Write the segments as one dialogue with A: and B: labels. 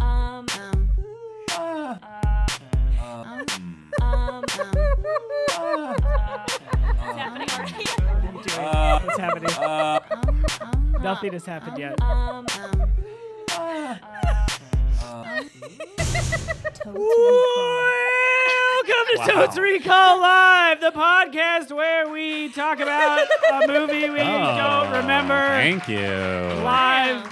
A: Um, um,
B: Nothing's happening.
C: Uh,
B: Nothing has happened yet.
A: Um,
B: Welcome to
C: Wow.
B: Toads Recall Live, the podcast where we talk about a movie we
C: Oh.
B: don't remember
C: Thank you.
B: live,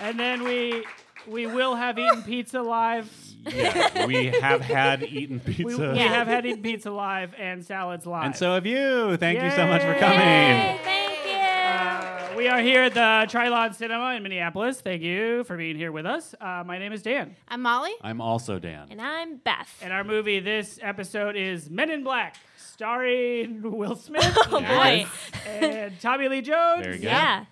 B: and then we we will have eaten pizza live.
C: Yeah, we have had eaten pizza.
B: We, we
A: Yeah.
B: have had eaten pizza live and salads live.
C: And so have you. Thank you so much for
B: Yay.
C: coming.
A: Yay, thank you.
B: Uh, we are here at the Trilon Cinema in Minneapolis. Thank you for being here with us. Uh, my name is Dan,
A: I'm Molly.
C: I'm also Dan.
A: And I'm Beth.
B: and our movie this episode is Men in Black, starring Will Smith
C: Very
A: Oh, boy.
B: and Tommy Lee Jones.
C: Very good.
A: yeah.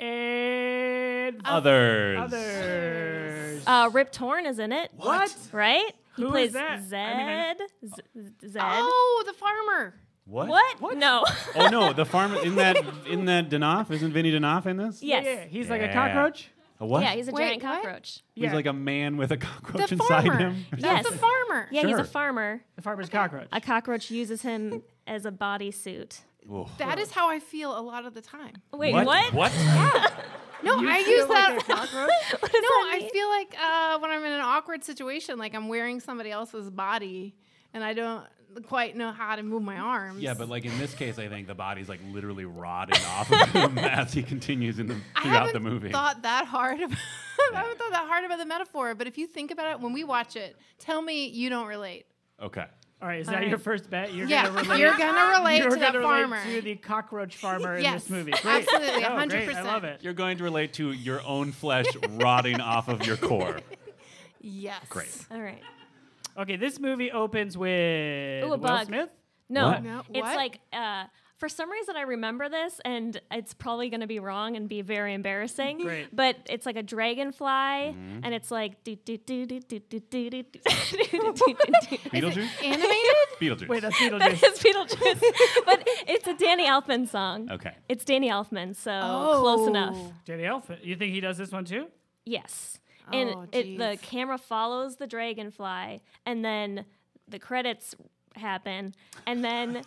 B: And
A: Oh,
C: Others.
B: others.
A: Uh, Rip Torn is in it.
B: What?
A: Right? He
B: Who is
A: plays
B: that?
A: Zed.
B: I mean, I-
A: Z- Z- Zed.
D: Oh, the farmer.
C: What?
A: What? No.
C: Oh no, the farmer in that in that Danoff isn't Vinny Danoff in this?
A: yes.
B: Yeah, he's like a
C: Yeah.
B: cockroach.
C: A what?
A: Yeah, he's a
D: Wait,
A: giant
D: what?
A: cockroach.
C: He's
B: Yeah.
C: like a man with a cockroach
D: The
C: inside
D: farmer.
C: him.
D: That's
A: Yes.
D: the farmer.
A: Yeah, he's
C: Sure.
A: a farmer.
B: the farmer's cockroach.
A: A cockroach uses him as a bodysuit.
C: Oof.
D: That is how I feel a lot of the time.
A: Wait,
C: what?
A: what?
C: What?
D: No, I
B: Oh, feel
D: use
B: like
D: that.
B: a cockroach?
A: What does
D: no,
A: that
D: I
A: mean?
D: feel like uh, when I'm in an awkward situation, like I'm wearing somebody else's body, and I don't quite know how to move my arms.
C: Yeah, but like in this case, I think the body's like literally rotting off of him as he continues in the
D: I
C: throughout
D: haven't
C: the movie.
D: thought that hard. About, I haven't thought that hard about the metaphor. But if you think about it, when we watch it, tell me you don't relate.
C: Okay.
B: All right, is that your first bet? You're
D: yeah,
B: gonna relate.
D: you're gonna relate
B: you're
D: to that
B: gonna relate
D: farmer.
B: to the cockroach farmer in
D: Yes,
B: this movie. Great.
D: absolutely,
B: Oh, great, I
D: 100%.
B: love it.
C: You're going to relate to your own flesh rotting off of your core.
D: yes.
C: Great.
A: All right.
B: Okay, this movie opens with
A: Ooh, a
B: Will
A: bug.
B: Smith.
A: No.
C: What?
D: No,
A: It's
D: what?
A: like uh, for some reason I remember this, and it's probably going to be wrong and be very embarrassing.
B: Great.
A: But it's like a dragonfly,
C: Mm-hmm.
A: and it's like do do do do do do do do do do do do.
C: Beetlejuice?
D: Animated.
C: Beetlejuice.
B: Wait, that's
A: That
B: Beetlejuice.
A: is Beetlejuice, but it's a Danny Elfman song.
C: Okay.
A: It's Danny Elfman, so close enough.
D: Oh.
B: Danny Elfman. You think he does this one too?
A: Yes. And
D: Oh,
A: it, the
D: jeez.
A: camera follows the dragonfly, and then the credits happen, and then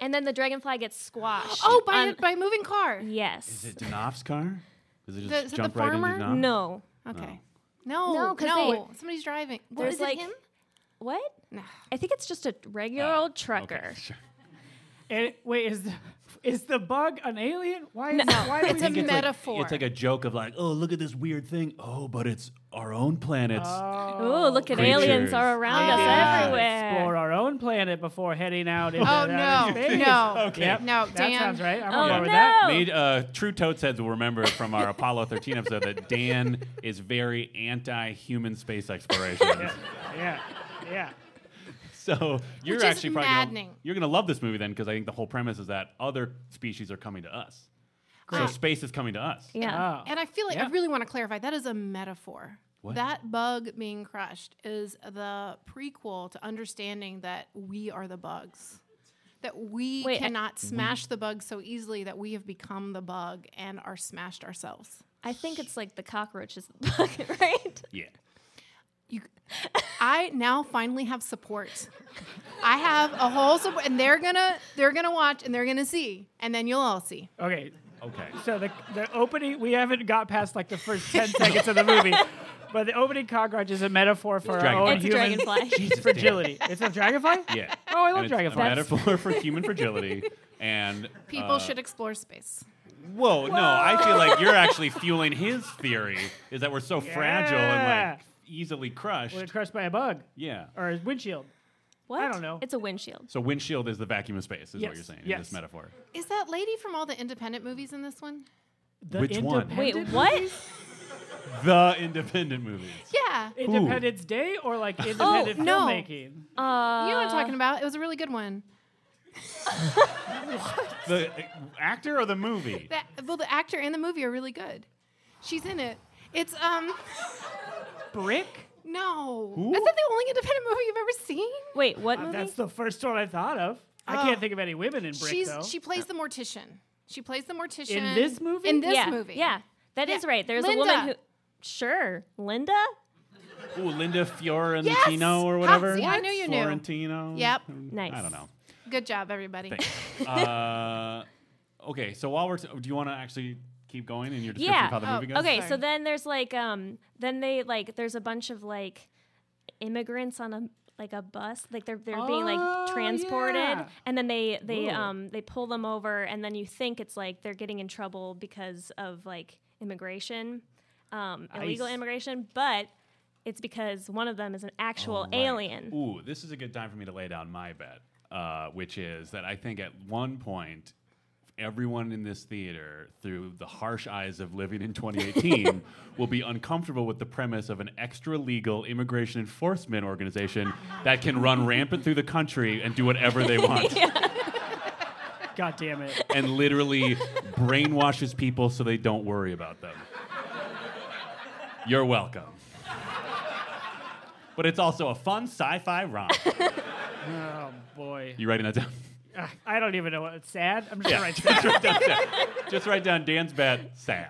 A: and then the dragonfly gets squashed.
D: Oh, by
A: on-
D: by moving car.
A: yes.
C: Is it Danoff's car? Does it
D: The-
C: just
D: is it
C: jump
D: the
C: right into
D: farmer?
C: Danoff?
A: No.
D: Okay. No,
A: Oh. No,
D: no,
A: 'cause they-
D: somebody's driving. What,
A: There's
D: is
A: like-
D: it him?
A: What?
D: No.
A: I think it's just a regular
C: Oh,
A: old trucker.
C: Okay, sure.
B: And wait, is the, is the bug an alien? Why is it, why do
D: It's
B: we
D: a
B: think it's-
D: metaphor.
C: Like, it's like a joke of like, oh, look at this weird thing. Oh, but it's our own planets.
A: Oh, look at aliens
C: Creatures.
A: are around us
D: Yeah.
B: explore
A: everywhere.
B: our own planet before heading out into
D: Oh
B: outer
D: no,
B: space.
D: no,
C: Okay.
B: Yep,
D: no,
B: that
D: Dan.
B: sounds right. I'm
A: Oh,
B: on board with
A: no.
B: that.
C: Made, uh, true totes heads will remember from our Apollo 13 episode that Dan is very anti-human space exploration.
B: Yeah, yeah.
C: So you're
D: Which is
C: actually probably gonna,
D: maddening.
C: you're gonna love this movie then because I think the whole premise is that other species are coming to us. So
D: Great.
C: space is coming to us.
A: Yeah.
B: Oh.
D: And I feel like
C: Yeah.
D: I really want to clarify that is a metaphor.
C: What?
D: That bug being crushed is the prequel to understanding that we are the bugs. That we
A: Wait, I-
D: cannot smash the bug so easily that we have become the bug and are smashed ourselves.
A: I think it's like the cockroaches in the bucket, right?
C: Yeah.
D: You, I now finally have support. I have a whole support, and they're gonna they're gonna watch and they're gonna see, and then you'll all see.
B: Okay.
C: Okay.
B: So the the opening we haven't got past like the first ten seconds of the movie, but the opening cockroach is a metaphor for our
C: dragonfly.
B: own
A: It's a
B: human
A: dragonfly.
C: Jesus, Dan.
B: fragility. It's a dragonfly.
C: Yeah.
B: Oh, I
C: And
B: love
C: it's
B: dragonflies.
C: A metaphor for human fragility. And
D: People
C: uh,
D: should explore space.
C: Whoa, no! I feel like you're actually fueling his theory is that we're so fragile and like
B: Yeah.
C: easily crushed.
B: We're crushed by a bug
C: yeah.
B: or a windshield.
A: What?
B: don't know.
A: It's a windshield.
C: So windshield is the vacuum of space, is what
B: Yes,
C: you're saying in
B: yes.
C: this metaphor.
D: Is that lady from all the independent movies in this one?
B: The
C: Which one?
A: Wait,
B: Independent-
A: what?
C: The independent movies.
D: Yeah.
B: Independence Day or like independent
D: no.
B: filmmaking?
A: Uh,
D: you know what I'm talking about. It was a really good one.
C: The uh, actor or the movie?
D: That well, the actor and the movie are really good. She's in it. It's um
B: Brick.
D: no.
C: Who?
D: Is that the only independent movie you've ever seen?
A: Wait, what movie?
B: That's the first one I thought of. I
D: Oh.
B: can't think of any women in Brick
D: She's
B: though.
D: she plays the mortician. She plays the mortician
B: Uh. this movie?
D: In this
A: yeah,
D: movie,
A: Yeah, that is
D: Yeah.
A: right. There's a
D: Linda.
A: woman who. Sure, Linda.
C: Ooh, Linda Fiorentino
D: Yes!
C: or
D: Ah,
C: whatever.
D: see, I knew you knew.
C: Florentino.
D: Yep.
C: Mm,
A: Nice.
C: I don't know.
D: Good job, everybody.
C: Thanks. uh, okay, so while we're, t- do you want to actually keep going in your description
A: Yeah.
C: of how the
D: Oh,
C: movie goes?
A: Okay, so
D: Sorry.
A: then there's like um then they like there's a bunch of like immigrants on a like a bus like they're they're being
B: Oh,
A: like transported
B: yeah.
A: and then they they
C: Ooh.
A: um they pull them over and then you think it's like they're getting in trouble because of like immigration um illegal
B: Nice.
A: immigration but it's because one of them is an actual
C: All right.
A: alien.
C: Ooh, this is a good time for me to lay down my bet, uh, which is that I think at one point, everyone in this theater, through the harsh eyes of living in 2018, will be uncomfortable with the premise of an extra legal immigration enforcement organization that can run rampant through the country and do whatever they want
B: God damn it.
C: and literally brainwashes people so they don't worry about them. You're welcome. But it's also a fun sci fi romp.
B: Oh boy.
C: You writing that down?
B: Ah, I don't even know what it's sad. I'm just
C: Yeah.
B: gonna write sad.
C: Just write down Dan's bet. Sad.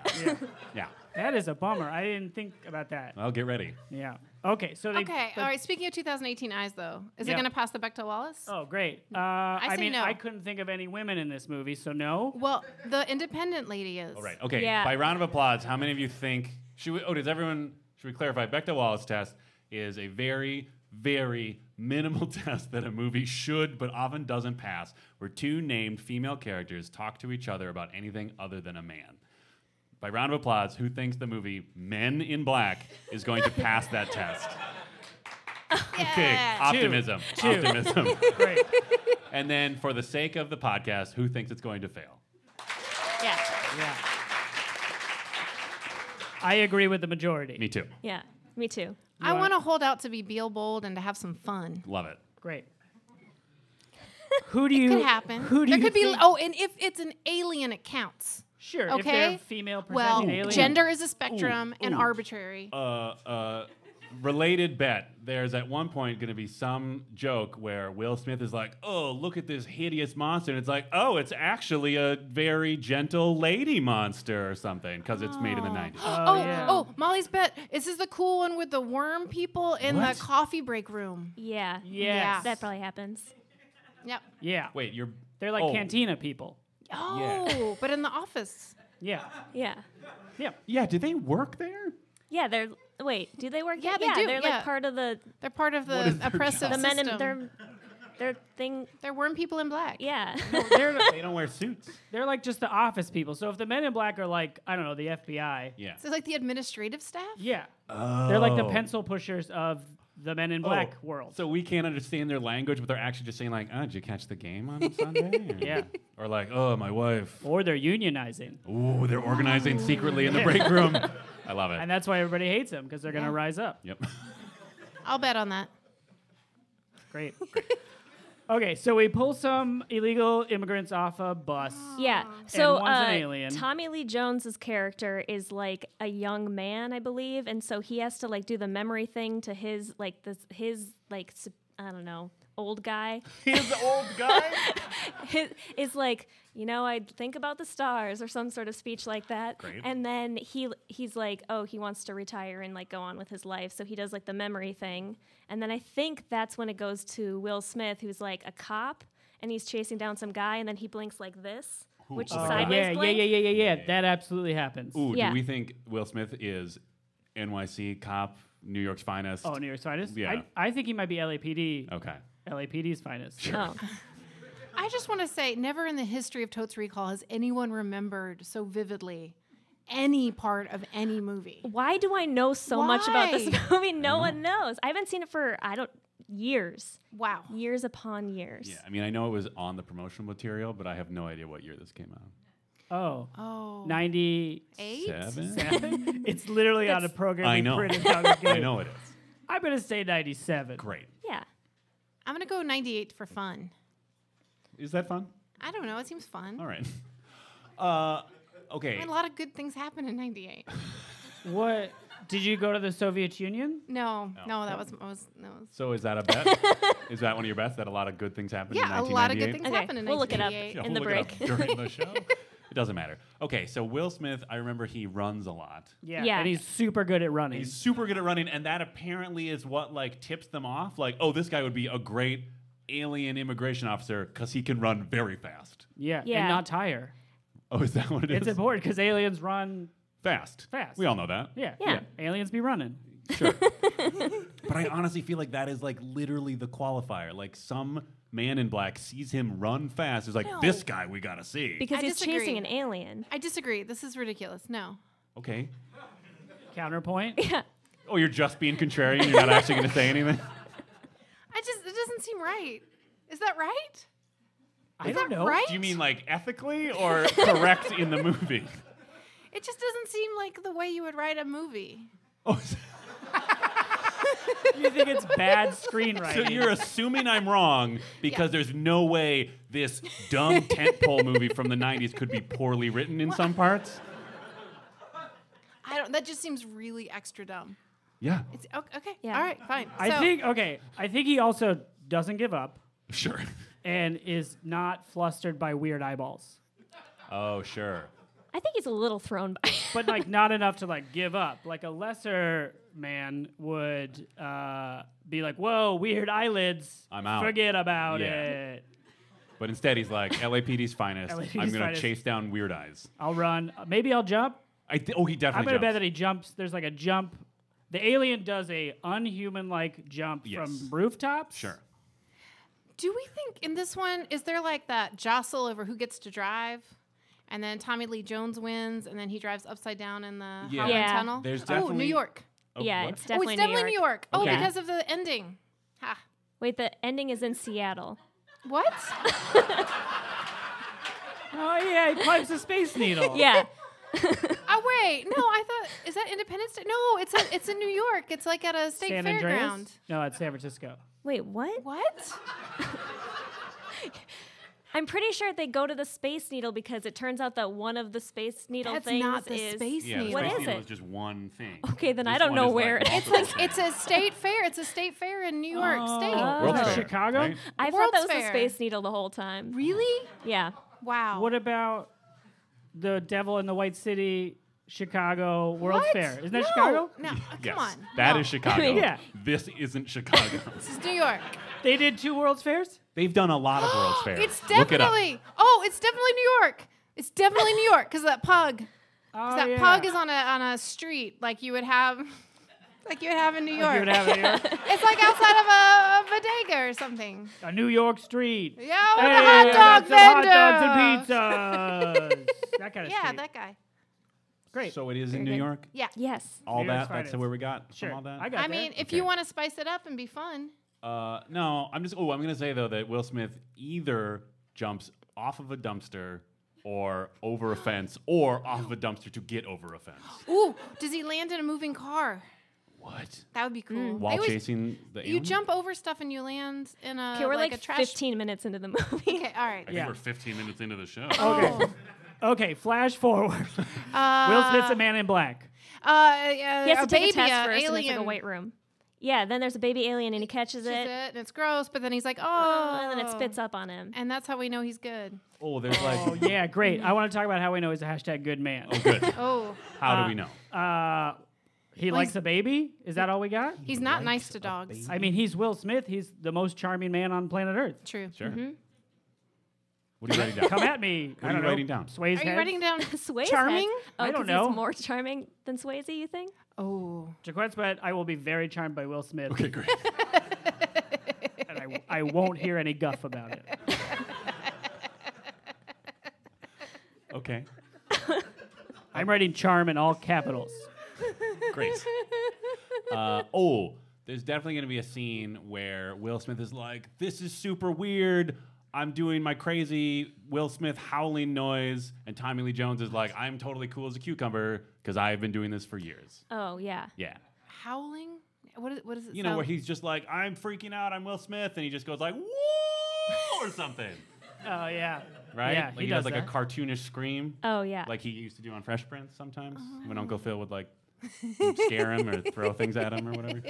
C: Yeah.
B: That is a bummer. I didn't think about that.
C: Well, get ready.
B: Yeah. Okay. So they.
D: Okay,
B: but-
D: all right. Speaking of 2018 eyes, though, is
B: Yeah.
D: it going to pass the Bechdel Wallace?
B: Oh great. Uh, I,
D: Mm. say
B: mean,
D: no.
B: I couldn't think of any women in this movie, so no.
D: Well, the independent lady is.
B: Oh,
C: All right. Okay.
A: Yeah.
C: By round of applause, how many of you think? Should we? Oh, does everyone? Should we clarify? Bechdel Wallace test is a very, very minimal test that a movie should, but often doesn't pass, where two named female characters talk to each other about anything other than a man. By round of applause, who thinks the movie Men in Black is going to pass that test? Okay,
D: Yeah.
C: optimism,
B: Two.
C: optimism.
B: Great.
C: And then, for the sake of the podcast, who thinks it's going to fail?
D: Yeah.
B: yeah. I agree with the majority.
C: Me too.
A: Yeah. Me too.
D: I
B: wanna-
D: want to hold out to be Beal Bold and to have some fun.
C: Love it.
B: Great. Who do you?
D: Could happen.
B: Who do
D: there
B: you?
D: could be.
B: think-
D: Oh, and if it's an alien, it counts.
B: sure. If
D: Okay.
B: they're female
D: well,
B: presenting alien. Oh,
D: gender is a spectrum and
C: ooh.
D: arbitrary.
C: Uh, uh, related bet. There's at one point going to be some joke where Will Smith is like, "Oh, look at this hideous monster," and it's like, "Oh, it's actually a very gentle lady monster or something," because it's made in the '90s.
D: Oh,
B: yeah.
D: oh, Molly's bet. This is the cool one with the worm people in
C: What?
D: the coffee break room.
A: Yeah.
B: Yes.
A: That probably happens.
D: Yep.
B: Yeah.
C: Wait, you're
B: They're like
C: oh,
B: cantina people.
D: Oh, but in the office.
B: Yeah.
A: Yeah.
B: Yeah.
C: Yeah, did they work there?
A: Yeah, they're wait, do they work?
D: Yeah,
A: there?
D: they do,
A: They're
D: yeah.
A: like part of the
D: They're part of
C: What is
D: the
C: their
A: the
D: oppressive
C: job?
A: men
D: system.
A: and their their thing.
D: They're worm people in black.
A: Yeah.
B: They're
C: They don't wear suits.
B: they're like just the office people. So if the men in black are like I don't know the FBI.
C: Yeah.
D: So it's like the administrative staff?
B: Yeah. They're like the
C: Oh.
B: pencil pushers of the men in
C: Oh,
B: black world.
C: So we can't understand their language, but they're actually just saying like, "Oh, did you catch the game on Sunday?" Or-
B: Yeah.
C: Or like, "Oh, my wife."
B: or they're unionizing.
C: Ooh, they're organizing secretly in the break room. I love
B: And
C: it.
B: that's why everybody hates them because they're going to
D: Yeah.
B: rise up.
C: Yep.
D: I'll bet on that.
B: Great. okay, so we pull some illegal immigrants off a bus.
A: yeah. So
B: one's an
A: uh,
B: alien.
A: Tommy Lee Jones's character is like a young man, I believe, and so he has to like do the memory thing to his like this his like s- I don't know old guy.
C: He's the old guy.
A: His, is like you know I think about the stars or some sort of speech like that.
C: Great.
A: And then he he's like oh he wants to retire and like go on with his life, so he does like the memory thing. And then I think that's when it goes to Will Smith, who's like a cop, and he's chasing down some guy, and then he blinks like this, which is
C: oh,
B: Uh,
A: sideways
B: yeah, yeah, yeah,
A: blink.
B: yeah, yeah, yeah, That absolutely happens.
C: Ooh,
A: Yeah.
C: do we think Will Smith is NYC cop, New York's finest?
B: Oh, New York's finest?
C: Yeah. Oh.
B: I, I think he might be LAPD.
C: Okay.
B: LAPD's finest.
A: Oh,
D: I just want to say, never in the history of Totes Recall has anyone remembered so vividly any part of any movie.
A: why do I know so much about this
D: Why?
A: movie? No one
C: Mm-hmm.
A: knows. I haven't seen it for I don't years,
D: Wow.
A: years upon years.
C: Yeah, I mean, I know it was on the promotional material, but I have no idea what year this came out.
B: Oh.
D: Oh.
B: 97.
D: Eight?
C: Seven?
B: it's literally on a program
C: I
B: we
C: know.
B: printed out of the
C: I
B: game.
C: know it is.
B: I'm going to say 97.
C: Great.
A: Yeah.
D: I'm going to go 98 for fun.
C: Is that fun?
D: I don't know. It seems fun.
C: All right. Uh, okay.
D: I mean, a lot of good things happened in 98.
B: What? Did you go to the Soviet Union?
D: No, no, that was, that was, that was
C: So is that a bet? is that one of your bets? That a lot of good things happened in
D: yeah, a lot of
C: 1998?
D: good things
A: Okay,
D: happened in
A: we'll look it up.
D: 1988.
C: Yeah,
A: in the
C: we'll look it
A: break.
C: up during the show. It doesn't matter. Okay, so Will Smith, I remember he runs a lot.
A: Yeah.
B: And he's super good at running.
C: He's super good at running, and that apparently is what like tips them off. Like, oh, this guy would be a great alien immigration officer because he can run very fast.
B: yeah,
A: Yeah.
B: And not tire.
C: Oh, is that what it
B: It's
C: is?
B: important because aliens run
C: Fast.
B: Fast.
C: We all know that.
B: Yeah.
A: Yeah.
B: Aliens be running.
C: Sure. but I honestly feel like that is like literally the qualifier. Like some man in black sees him run fast. Is like
A: No.
C: this guy we gotta see.
A: because
D: I
A: he's chasing
D: disagree.
A: an alien.
D: I disagree. This is ridiculous. No.
C: okay.
B: Counterpoint.
C: Oh, you're just being contrarian. You're not actually gonna say anything.
D: I just it doesn't seem right. Is that right?
B: I
D: Is
B: don't
D: that
B: know.
D: right?
C: Do you mean like ethically or correct in the movie?
D: It just doesn't seem like the way you would write a movie.
C: Oh, so-
B: You think it's bad screenwriting?
C: so you're assuming I'm wrong because there's no way this dumb tentpole movie from the '90s could be poorly written in some parts.
D: I don't. That just seems really extra dumb.
C: Yeah,
D: It's okay. okay.
A: Yeah.
D: All right. Fine.
B: I
D: So-
B: think okay. I think he also doesn't give up
C: sure.
B: and is not flustered by weird eyeballs,
C: Oh, sure.
A: I think he's a little thrown by.
B: but like not enough to like give up. Like a lesser man would uh, be like, "Whoa, weird eyelids.
C: I'm out."
B: Forget about
C: Yeah.
B: it.
C: But instead, he's like, LAPD's finest.
B: LAPD's
C: I'm going to
B: finest.
C: chase down Weird Eyes.
B: I'll run. Maybe I'll jump.
C: I thi- oh, he
B: I'm
C: definitely
B: gonna bet that
C: jumps.
B: he jumps. There's like a jump. The alien does a unhuman like jump
C: Yes.
B: from rooftops.
C: Sure.
D: Do we think in this one is there like that jostle over who gets to drive, and then Tommy Lee Jones wins, and then he drives upside down in the
C: Yeah.
D: Holland
A: Yeah.
D: Tunnel?
C: There's
D: oh,
C: definitely-
D: New York.
C: Oh,
A: yeah,
C: what?
A: it's definitely,
D: oh, it's definitely New York.
C: Okay.
D: Oh, because of the ending. Ha.
A: Wait, the ending is in Seattle.
D: What?
B: Oh yeah, he climbs a space needle.
A: Yeah,
D: oh wait, no. I thought is that Independence Day? No, it's a, it's in New York. It's like at a state
B: San
D: fairground.
B: Andreas. No, it's San Francisco.
A: Wait, what?
D: What?
A: I'm pretty sure they go to the Space Needle because it turns out that one of the Space Needle
D: That's
A: things
D: not the
A: is
D: space
C: Yeah, the
D: needle.
A: What
C: Space
A: is
C: Needle
A: it?
C: is just one thing.
A: Okay, then
C: This
A: I don't
C: one
A: know
C: is,
A: where it
C: multiple
A: is.
D: It's like
C: things.
D: it's a state fair. It's a state fair in New York State.
B: World
C: Fair,
B: Chicago?
C: right?
A: I
D: World's
A: thought that was
D: Fair.
A: the Space Needle the whole time.
D: Really?
A: Yeah,
D: Wow.
B: What about the Devil in the White City, Chicago World's
D: What?
B: Fair? Isn't that
D: No,
B: Chicago?
D: No, come
C: Yes,
D: on.
C: that
D: No.
C: is Chicago.
B: Yeah.
C: This isn't Chicago.
D: This is New York.
B: They did two World's Fairs.
C: They've done a lot of World's Fair.
D: It's
C: Look it up.
D: definitely. oh, it's definitely New York. It's definitely New York because that pug. 'Cause
B: Oh,
D: that
B: yeah.
D: pug is on a on a street like you would have, like you would have in New York.
B: You would have it here.
D: it's like outside of a, a bodega or something.
B: a New York street.
D: Yeah, with
B: Hey,
D: a hot dog
B: lots of
D: vendor.
B: hot dogs and pizzas. that kind of
D: Yeah,
B: street.
D: that guy.
B: Great.
C: So it is in
A: Very
C: New
A: good.
C: York.
D: Yeah.
A: yes.
C: All
B: New York's
C: that. That's
B: finest.
C: where we got from
B: sure.
C: all that.
B: I got
D: I
B: that.
D: mean, if
C: Okay.
D: you want to spice it up and be fun,
C: Uh, no, I'm just. Oh, I'm gonna say though that Will Smith either jumps off of a dumpster or over a fence, or off of a dumpster to get over a fence.
D: ooh, does he land in a moving car?
C: What?
D: That would be cool. They
C: While
D: always-
C: chasing the
D: You
C: alien?
D: jump over stuff and you land in a
A: Okay, we're like,
D: Uh, a trash.
A: 15 minutes into the movie.
D: Okay, all right.
C: I think
B: Yeah.
C: we're 15 minutes into the show.
B: Okay. okay, flash forward.
D: Oh. Uh,
B: Will Smith's a man in black.
D: Uh, uh,
A: He has to
D: a
A: take
D: baby,
A: a test
D: a
A: first, and it's
D: alien.
A: like a white room. Yeah, then there's a baby alien, and he catches
D: Is it?
A: it,
D: And it's gross, but then he's like,
A: oh,
D: oh,
A: and then it spits up on him.
D: and that's how we know he's good.
C: Oh, there's like.
B: Oh, yeah, great. I want to talk about how we know he's a hashtag good man.
C: Oh, good.
D: Oh,
C: How do we know?
B: Uh, he
D: Well,
B: likes
D: he's-
B: a baby. Is that all we got?
D: he's not nice to dogs.
B: I mean, he's Will Smith. He's the most charming man on planet Earth.
D: True.
C: Sure. What are you writing down?
B: Come at me.
C: What
B: I
C: are you
B: don't know.
C: writing down?
B: Sway's
D: Are you
B: head.
D: writing down?
A: Swayze
D: Charming?
A: Heads. Oh,
B: I don't
A: 'cause he's
B: know.
A: more charming than Swayze, you think?
D: oh,
B: Jaquette's but I will be very charmed by Will Smith,
C: Okay, great.
B: and I, I won't hear any guff about it.
C: Okay,
B: I'm writing charm in all capitals.
C: great. Uh, oh, there's definitely going to be a scene where Will Smith is like, "This is super weird. I'm doing my crazy Will Smith howling noise," and Tommy Lee Jones is like, "I'm totally cool as a cucumber because I've been doing this for years."
A: Oh, yeah.
C: Yeah.
D: howling. What is, what is it?
C: You know,
D: sound-
C: where he's just like, I'm freaking out, I'm Will Smith, and he just goes like, whoa, or something,
B: Oh yeah.
C: right?
B: Yeah,
C: like
B: he
C: he, does,
B: does
C: like
B: that. Uh-huh.
C: a cartoonish scream,
A: Oh, yeah.
C: like he used to do on Fresh Prince sometimes
B: Oh,
C: when Uncle Phil would like scare him or throw things at him or whatever.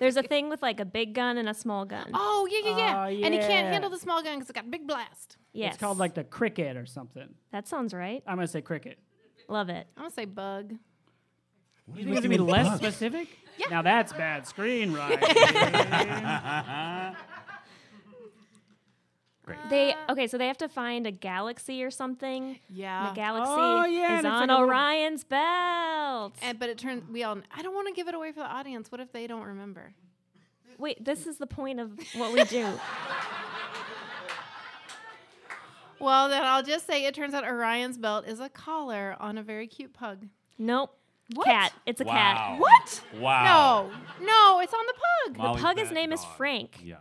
A: There's a thing with like a big gun and a small gun.
D: Oh yeah, yeah, yeah.
B: Oh,
D: And he can't
B: yeah.
D: handle the small gun because it got a big blast.
A: yes.
B: It's called like the cricket or something.
A: That sounds right.
B: I'm gonna say cricket.
A: Love it.
D: I'm gonna say bug.
C: What
B: You gonna be less specific?
D: Yeah.
B: Now that's bad screenwriting.
C: Great.
A: They okay, so they have to find a galaxy or something. And
D: Yeah.
A: the galaxy
B: Oh, yeah,
A: is
B: and it's
A: on
B: like a little-
A: Orion's belt.
D: And, but it turns we all. I don't want to give it away for the audience. What if they don't remember?
A: Wait, this is the point of what we do.
D: Well, then I'll just say it turns out Orion's belt is a collar on a very cute pug.
A: nope.
D: What?
A: Cat. It's a
C: Wow.
A: cat.
D: What?
C: Wow.
D: No, no, it's on the pug.
C: Molly's
A: pug, his
C: bad
A: name is
C: dog.
A: Frank.
C: Yeah.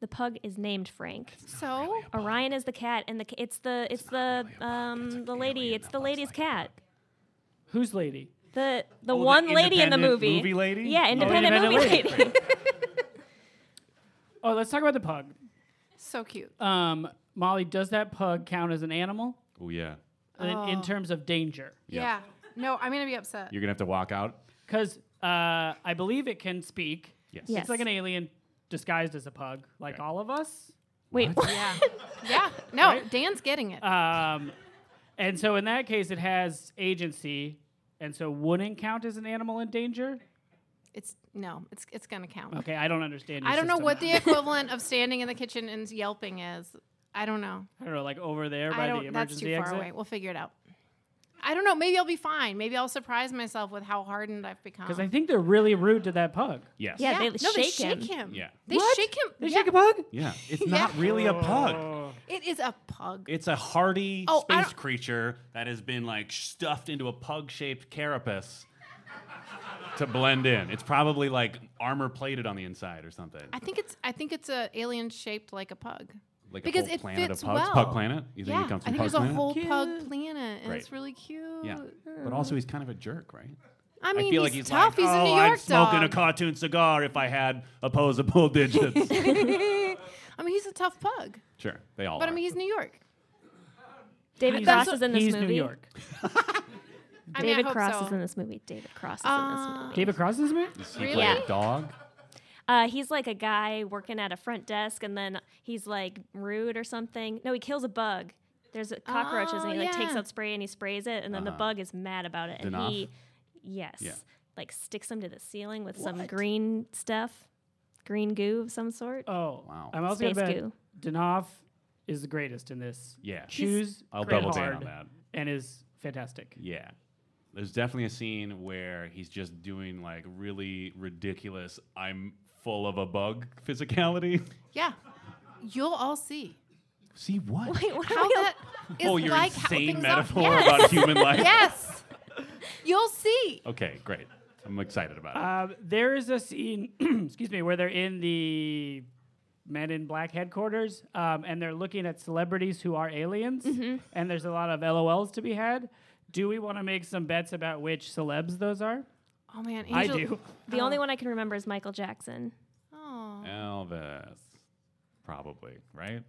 A: The pug is named Frank.
D: so
A: Orion is the cat, and the ca- it's the it's the
C: really a bug,
A: um
C: it's an
A: the lady.
C: alien
A: It's
C: that
A: the
C: looks
A: lady's
C: like a
A: cat.
B: Who's lady?
A: The the
C: Oh, the
A: one lady in the
C: independent
A: movie.
C: movie lady?
A: Yeah,
C: Oh,
A: independent,
B: independent
A: movie lady.
B: Oh, let's talk about the pug.
D: so cute.
B: Um, Molly, does that pug count as an animal Uh,
C: Oh yeah.
B: in,
D: Oh.
B: in terms of danger?
D: Yeah. No, I'm gonna be upset.
C: You're gonna have to walk out.
B: Because uh, I believe it can speak.
C: Yes.
A: Yes.
B: It's like an alien disguised as a pug, like
C: Okay.
B: all of us.
A: Wait,
D: yeah. Yeah. No, Dan's getting it.
B: Um, and so in that case, it has agency, and so wouldn't count as an animal in danger.
D: it's no. It's it's gonna count.
B: Okay, I don't understand. your
D: I don't know
B: system.
D: what the equivalent of standing in the kitchen and yelping is. I don't know.
B: I don't know, like over there
D: I
B: by the
D: don't.
B: emergency
D: that's too far
B: exit.
D: away. We'll figure it out. I don't know. Maybe I'll be fine. Maybe I'll surprise myself with how hardened I've become.
B: Because I think they're really rude to that pug.
C: Yes.
A: Yeah. they
D: no, they
A: shake him.
D: shake him.
C: Yeah.
D: They
B: What?
D: shake him.
B: They
D: yeah.
B: shake a pug?
C: Yeah. It's
D: Yeah.
C: not really a pug.
D: It is a pug.
C: It's a hardy
D: Oh, I
C: space
D: don't-
C: creature that has been like stuffed into a pug-shaped carapace to blend in. It's probably like armor-plated on the inside or something.
D: I think it's. I think it's a alien shaped like a pug.
C: Like
D: because
C: a whole
D: it
C: planet
D: fits
C: of pugs.
D: well.
C: Pug planet. You think
D: yeah,
C: it comes
D: I
C: from
D: think
C: pug
D: there's a
C: planet?
D: whole Hmm. pug
B: Cute.
D: planet, and
C: Right.
D: it's really cute.
C: yeah. But also, he's kind of a jerk, right?
D: I mean,
C: I feel
D: he's,
C: like he's like,
D: tough. he's
C: oh,
D: a New
C: I'd
D: York
C: smoke in
D: dog.
C: a cartoon cigar if I had opposable digits.
D: I mean, he's a tough pug,
C: sure, they all.
D: but
C: are.
D: I mean, he's New York.
A: David
D: He's-
A: Cross
D: That's
A: is in this
B: He's
A: movie.
B: New York.
D: I mean,
A: David
D: I hope
A: Cross
D: so.
A: is in this movie. David Cross is in this
D: Uh,
A: movie.
B: David Cross is in it?
C: Does he
D: Really?
C: play
A: Yeah.
C: a dog?
A: Uh, he's like a guy working at a front desk, and then he's like rude or something. No, he kills a bug. There's a, cockroaches, and he
D: Oh,
A: like takes
D: yeah.
A: out spray and he sprays it, and then the
C: Uh-huh.
A: bug is mad about it, and
C: Enough?
A: he, yes,
C: Yeah.
A: like sticks him to the ceiling with some green stuff, green goo of some sort.
B: Oh,
C: Wow.
B: I'm also going to
A: Space
B: bet
A: goo.
B: Danoff is the greatest in this.
C: Yeah.
B: Choose
C: I'll
B: great
C: double
B: hard
C: down on that.
B: and is fantastic.
C: Yeah. There's definitely a scene where he's just doing like really ridiculous, I'm full of a bug physicality.
D: Yeah, you'll all see
C: See what?
A: Wait, what
D: how
A: are we
D: that is
C: oh, your
D: like how
C: insane
D: things
C: metaphor
D: Are.
C: about human life.
D: Yes, you'll see.
C: Okay, great. I'm excited about it.
B: Um, there is a scene, excuse me, where they're in the Men in Black headquarters um, and they're looking at celebrities who are aliens,
D: Mm-hmm.
B: and there's a lot of LOLs to be had. Do we want to make some bets about which celebs those are?
D: Oh man,
B: I
D: Angel-
B: do.
A: The only one I can remember is Michael Jackson.
D: Oh,
C: Elvis. Probably, right?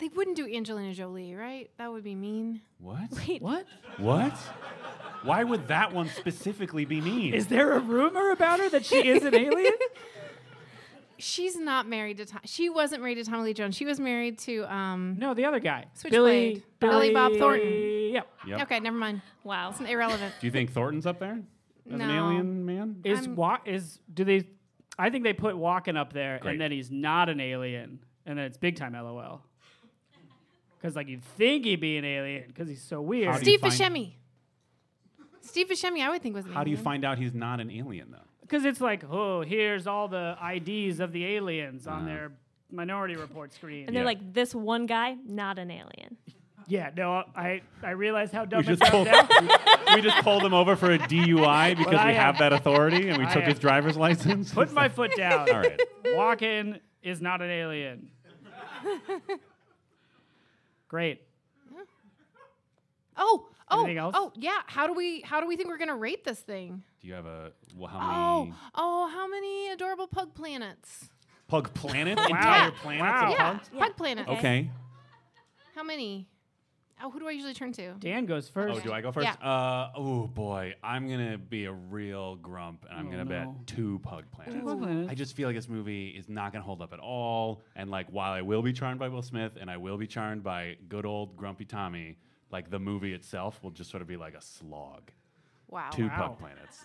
D: they wouldn't do Angelina Jolie, right? That would be mean.
C: What?
B: What?
C: What? Why would that one specifically be mean?
B: Is there a rumor about her that she is an alien?
D: She's not married to Tom. She wasn't married to Tommy Lee Jones. She was married to um.
B: No, the other guy.
D: Switchblade. Billy Bob Thornton.
B: Yeah.
C: Yep.
D: Okay, never mind.
A: Wow.
D: It's irrelevant.
C: Do you think Thornton's up there as an
D: No.
C: alien man?
B: Is
D: I'm-
B: wa- is do they? I think they put Walken up there,
C: Great.
B: and then he's not an alien, and then it's big time LOL. Because like you'd think he'd be an alien because he's so weird.
C: How do you
D: Steve
C: find-
D: Buscemi. Steve Buscemi, I would think was. An
C: How do you
D: alien.
C: find out he's not an alien though?
B: Because it's like, oh, here's all the IDs of the aliens on
C: Uh-huh.
B: their minority report screen.
A: And they're
C: Yeah.
A: like, this one guy, not an alien.
B: yeah, no, I I realize how dumb
C: We
B: it
C: just pulled
B: sounds now.
C: we just pulled him over for a DUI because
B: I
C: we
B: am-
C: have that authority and we
B: I
C: took
B: am-
C: his driver's license.
B: Put my foot down.
C: All right.
B: Walken is not an alien. Great.
D: Oh, oh,
B: Anything else?
D: oh, yeah. How do we? How do we think we're gonna rate this thing?
C: Do you have a well, how
D: Oh,
C: many
D: oh, how many adorable pug planets?
C: pug planets? Entire planets?
B: Wow.
C: of
D: Yeah,
C: pugs?
D: pug planets.
A: Okay.
C: Oh, Okay.
D: How many? Oh, who do I usually turn to?
B: Dan goes
C: Oh,
B: first.
C: do I go first?
D: Yeah.
C: Uh, oh boy, I'm gonna be a real grump, and I'm
B: Oh,
C: gonna
B: no.
C: bet two pug planets.
B: pug planets.
C: I just feel like this movie is not gonna hold up at all. And like, while I will be charmed by Will Smith, and I will be charmed by good old Grumpy Tommy, like the movie itself will just sort of be like a slog.
A: Oh,
D: Wow.
C: Two
B: Wow.
C: pug planets.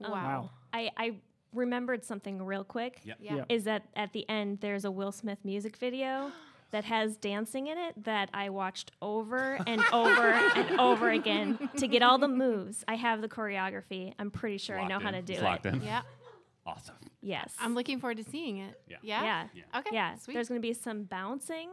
D: Wow.
B: Wow.
A: I, I remembered something real quick.
C: Yep.
D: Yeah.
B: Yeah.
A: Is that at the end there's a Will Smith music video that has dancing in it that I watched over and over and over again to get all the moves. I have the choreography. I'm pretty sure I
C: Locked
A: know how
C: in.
A: to do
C: It's
A: it.
C: Locked in.
D: Yeah.
C: Awesome.
A: Yes.
D: I'm looking forward to seeing it.
C: Yeah.
A: yeah.
D: Yeah. Okay.
A: Yeah.
D: Sweet.
A: There's going to be some bouncing.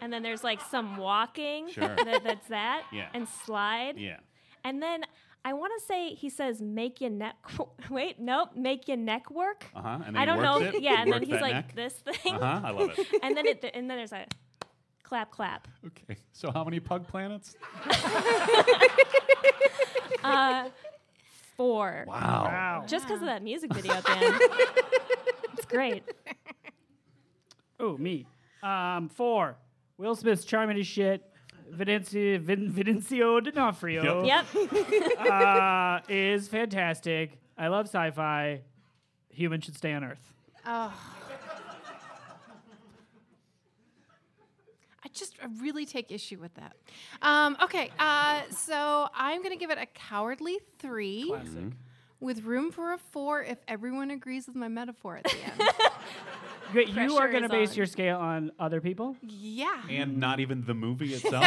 A: And then there's like some walking.
C: Sure.
A: That, that's that.
C: Yeah.
A: And slide.
C: Yeah.
A: And then I want to say he says make your neck. Wait, nope, make your neck work.
C: Uh huh. And then
A: I don't
C: he
A: know.
C: works It.
A: yeah, and then
C: works
A: he's
C: that
A: like
C: neck.
A: this thing,
C: Uh huh. I love it.
A: and then it, and then there's a clap, clap.
C: Okay. So how many pug planets?
A: Uh, four.
C: Wow.
B: Wow.
A: Just because of that music video at the end. it's great.
B: Oh, me. Um, four. Will Smith's charming as shit. Vincenzo, Vin, Vincenzo D'Onofrio
A: Yep.
B: uh, is fantastic. I love sci-fi. Humans should stay on Earth.
D: Oh. I just I really take issue with that. Um, okay, uh, so I'm going to give it a cowardly three with room for a four if everyone agrees with my metaphor at the end.
B: Great, You
A: Pressure
B: are going to
A: is
B: base
A: on.
B: your scale on other people.
D: yeah.
C: And not even the movie itself.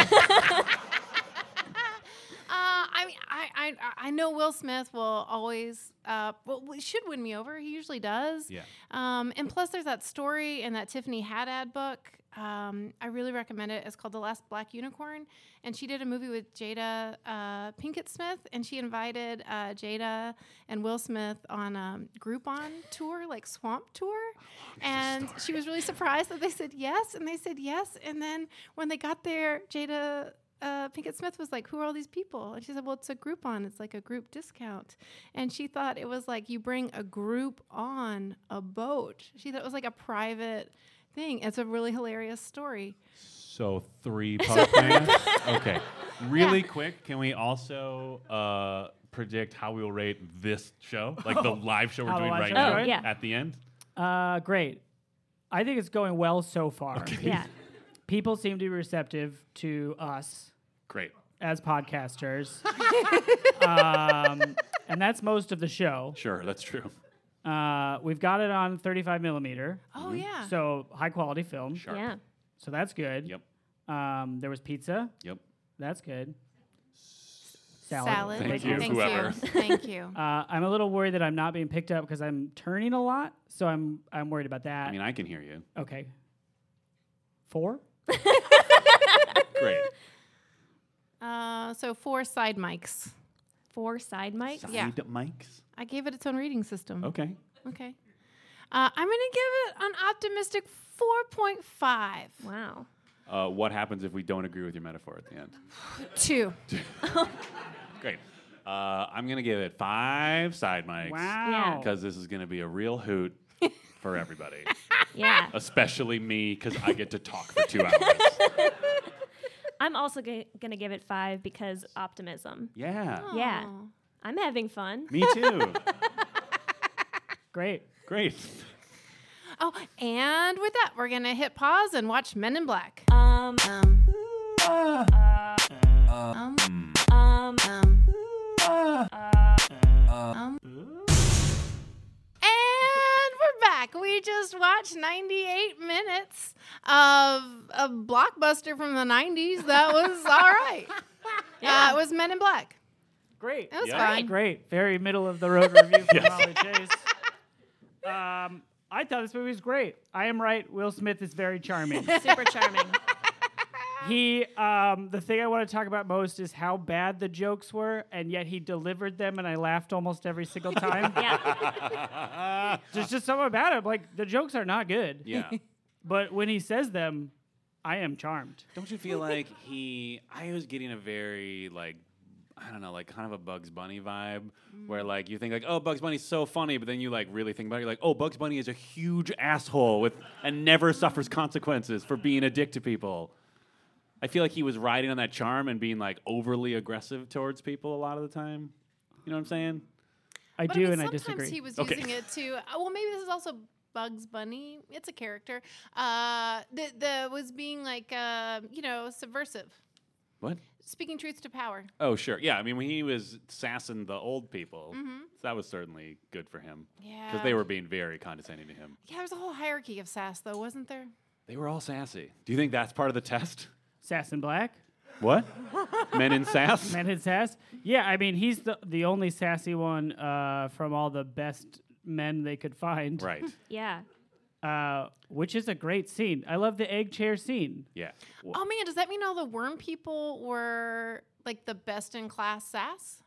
D: Uh, I mean, I, I I know Will Smith will always uh well w- should win me over. He usually does.
C: Yeah.
D: Um, and plus there's that story in that Tiffany Haddad book. Um, I really recommend it. It's called The Last Black Unicorn, and she did a movie with Jada uh, Pinkett Smith, and she invited uh, Jada and Will Smith on a Groupon tour, like swamp tour, and she was really surprised that they said yes, and they said yes, and then when they got there, Jada uh, Pinkett Smith was like, "Who are all these people?" And she said, "Well, it's a Groupon. It's like a group discount." And she thought it was like you bring a group on a boat. She thought it was like a private thing. It's a really hilarious story.
C: So three pug planets. okay. Really quick, can we also uh, predict how we will rate this show? Like the live show we're
B: How the
C: doing
B: live
C: right
B: show's
C: now
A: going? Oh, yeah.
C: at the end?
B: Uh, great. I think it's going well so far.
A: Yeah.
B: People seem to be receptive to us
C: Great.
B: as podcasters, um, and that's most of the show.
C: Sure, that's true.
B: Uh, we've got it on 35 millimeter,
D: Oh
A: Ah.
D: yeah.
B: so high quality film.
C: Sharp.
A: Yeah.
B: So that's good.
C: Yep.
B: Um, there was pizza.
C: Yep.
B: That's good. Salad.
D: Salad.
C: Thank you, whoever.
D: Thank you.
B: Uh, I'm a little worried that I'm not being picked up because I'm turning a lot, so I'm I'm worried about that.
C: I mean, I can hear you.
B: okay. Four.
C: Great.
D: Uh, so four side mics.
A: Four side mics.
C: Side
D: Yeah.
C: mics.
D: I gave it its own rating system.
C: Okay.
D: Okay. Uh, I'm gonna give it an optimistic four point five.
A: Wow.
C: Uh, what happens if we don't agree with your metaphor at the end?
D: Two.
C: Great. Uh, I'm going to give it five side mics.
B: Wow.
C: Because this is going to be a real hoot for everybody,
A: Yeah.
C: especially me, because I get to talk for two hours.
A: I'm also g- gonna give it five because optimism.
C: Yeah.
A: Yeah.
D: Aw.
A: I'm having fun.
C: Me too.
B: Great.
C: Great.
D: Oh, and with that, we're gonna hit pause and watch Men in Black.
A: Um.
D: Um.
A: Um.
D: Um. Um. And we're back. We just watched 98 minutes of a blockbuster from the 90s. That was all right. Uh, it was Men in Black.
B: Great.
D: It was
C: Yeah.
D: fun.
B: Great. Very middle of the road review from Molly Chase. Um, I thought this movie was great. I am right. Will Smith is very charming.
A: Super charming.
B: he, um, the thing I want to talk about most is how bad the jokes were, and yet he delivered them, and I laughed almost every single time.
A: Yeah.
B: There's just something about him. Like the jokes are not good,
C: Yeah.
B: but when he says them, I am charmed.
C: Don't you feel like he? I was getting a very like. I don't know, like kind of a Bugs Bunny vibe, where like you think like, oh, Bugs Bunny's so funny, but then you like really think about it, you're like, oh, Bugs Bunny is a huge asshole with and never suffers consequences for being a dick to people. I feel like he was riding on that charm and being like overly aggressive towards people a lot of the time. You know what I'm saying?
B: I
D: But
B: do,
D: mean,
B: and I
D: sometimes
B: disagree.
D: he was
C: Okay.
D: using it to. Uh, well, maybe this is also Bugs Bunny. It's a character. Uh, that that was being like, uh, you know, subversive,
C: What?
D: speaking truth to power.
C: Oh, sure. Yeah, I mean when he was sassing the old people, that was certainly good for him because
D: Yeah.
C: they were being very condescending to him.
D: Yeah, there was a whole hierarchy of sass, though, wasn't there?
C: They were all sassy. Do you think that's part of the test?
B: Sass and Black.
C: What? Men in sass?
B: Man hit sass. Yeah, I mean he's the the only sassy one uh, from all the best men they could find.
C: Right.
A: Yeah.
B: Uh, which is a great scene. I love the egg chair scene.
C: Yeah.
D: Oh man, does that mean all the worm people were like the best in class sass?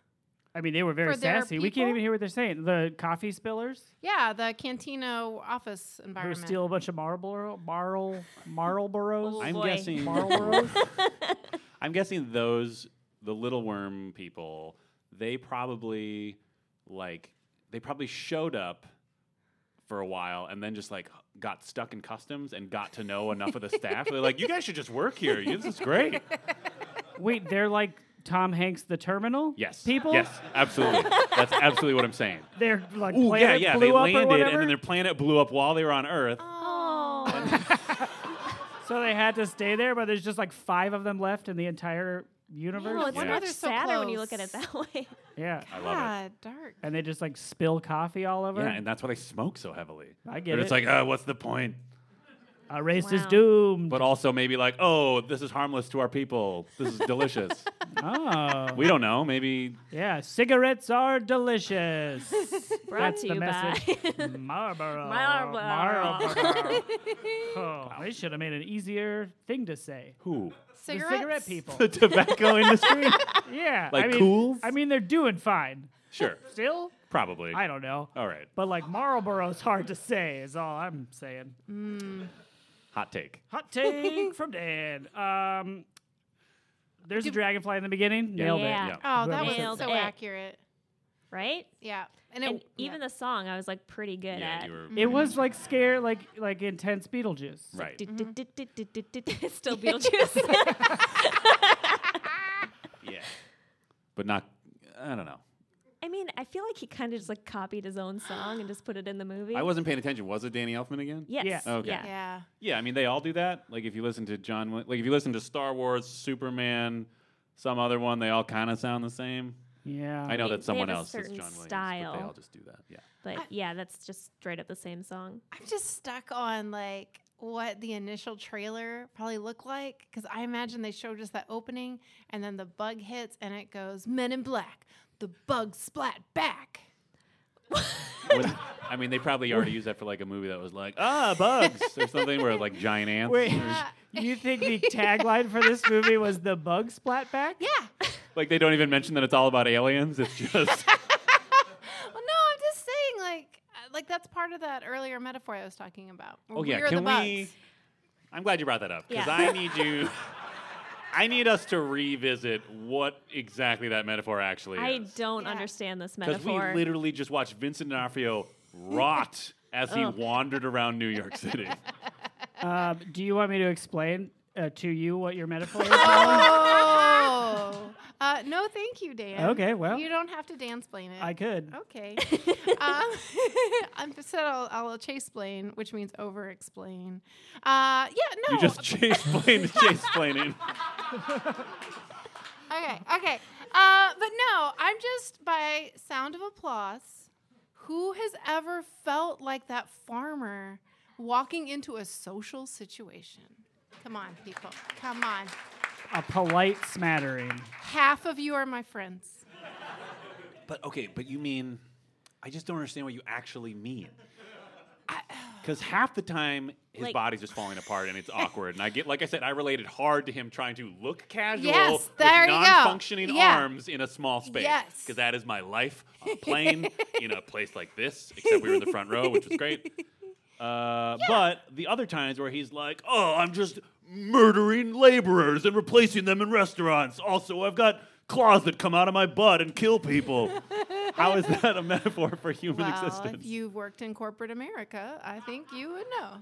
B: I mean they were very
D: For their
B: sassy. We can't
D: people?
B: even hear what they're saying. The coffee spillers
D: Yeah, the Cantino office
B: who
D: environment.
B: steal a bunch of Marlboro Marl Marlboros.
C: I'm
A: boy.
C: guessing
B: Marlboros.
C: I'm guessing those the little worm people, they probably like they probably showed up for a while and then just like got stuck in customs and got to know enough of the staff. They're like, you guys should just work here. You- This is great.
B: Wait, they're like Tom Hanks the terminal?
C: Yes.
B: People?
C: Yes, absolutely. That's absolutely what I'm saying.
B: They're like
C: Ooh, yeah,
B: planet
C: yeah.
B: blew
C: They
B: up or
C: landed and
B: whatever?
C: then their planet blew up while they were on Earth.
A: Oh.
B: So they had to stay there, but there's just like five of them left in the entire universe.
A: no, Oh, it's
C: Yeah.
A: much
D: They're so
A: sadder when you look at it
D: close.
A: that way.
B: yeah.
C: I love it.
D: God, dark.
B: And they just like spill coffee all over.
C: Yeah, and that's why they smoke so heavily.
B: I get
C: They're just
B: it.
C: like, uh, what's the point?
B: a race is
A: Wow.
B: doomed.
C: But also maybe like, oh, this is harmless to our people. This is delicious.
B: oh.
C: We don't know. Maybe
B: yeah, cigarettes are delicious.
A: Brought
B: That's
A: to
B: the
A: you
B: message.
A: by.
B: Marlboro.
A: Marlboro.
B: Marlboro. oh, they should have made an easier thing to say.
C: who?
D: Cigarettes?
B: The cigarette people.
C: The tobacco industry?
B: yeah.
C: Like
B: I mean,
C: Kohl's?
B: I mean, they're doing fine.
C: Sure.
B: Still?
C: Probably.
B: I don't know.
C: All right.
B: But like Marlboro's hard to say is all I'm saying.
C: Hot take.
B: Hot take from Dan. Um, there's a dragonfly in the beginning. Nailed
A: Yeah.
B: it.
D: Oh, that was
A: Nailed
D: so
A: it.
D: accurate.
A: right?
D: Yeah, and, it,
A: And even the song I was like pretty good
C: yeah,
A: at.
C: you were
B: It was like scare, like like intense Beetlejuice.
C: right.
A: Du-du-du-du-du-du-du. Still Beetlejuice.
C: Yeah. But not I don't know.
A: I mean, I feel like he kind of just like copied his own song and just put it in the movie.
C: I wasn't paying attention. Was it Danny Elfman again?
A: Yes.
B: Yeah.
C: Okay.
A: Yeah.
D: yeah.
C: Yeah, I mean they all do that. Like if you listen to John Wi- like if you listen to Star Wars, Superman, some other one, they all kind of sound the same.
B: Yeah.
C: I know
A: They-
C: that someone
A: they have a
C: else is
A: certain
C: John Williams, but they
A: style.
C: all just do that. Yeah.
A: But yeah, that's just straight up the same song.
D: I'm just stuck on like what the initial trailer probably looked like because I imagine they showed just that opening and then the bug hits and it goes Men in Black, the bug splat back.
C: Would- I mean, they probably already used that for like a movie that was like ah bugs or something where like giant ants.
B: Wait,
C: or-
B: you think the tagline for this movie was the bug splat back?
D: Yeah. well,
C: Like they don't even mention that it's all about aliens. It's just
D: no, I'm just saying like uh, like that's part of that earlier metaphor I was talking about.
C: oh yeah.
D: We're
C: Can
D: the bugs.
C: we? I'm glad you brought that up because
A: Yeah.
C: I need you. I need us to revisit what exactly that metaphor actually
A: I
C: is.
A: don't
D: Yeah.
A: understand this
C: Because we
A: metaphor.
C: literally just watched Vincent D'Onofrio rot as he
D: Oh.
A: Ugh.
C: wandered around New York City.
B: Um, do you want me to explain uh, to you what your metaphor is? Alan?
D: Oh. uh, no, thank you, Dan.
B: Okay, well.
D: you don't have to dance explain it.
B: I could.
D: Okay. um, I'm just said I'll, I'll chase explain, which means over explain. Uh, yeah, no.
C: You just chase plane to chase planing.
D: okay, okay. Uh, but no, I'm just by sound of applause. Who has ever felt like that farmer walking into a social situation? Come on, people. Come on.
B: A polite smattering.
D: Half of you are my friends.
C: But okay, but you mean I just don't understand what you actually mean. Because half the time his
A: Like-
C: body's just falling apart and it's awkward. And I get, like I said, I related hard to him trying to look casual
D: Yes,
C: with
D: there you go.
C: non-functioning
D: Yeah.
C: arms in a small space.
D: Yes.
C: because that is my life on a plane in a place like this. Except we were in the front row, which was great. Uh, But the other times where he's like, "Oh, I'm just murdering laborers and replacing them in restaurants. Also, I've got claws that come out of my butt and kill people." How is that a metaphor for human
D: Well,
C: existence?
D: if you worked in corporate America, I think you would know.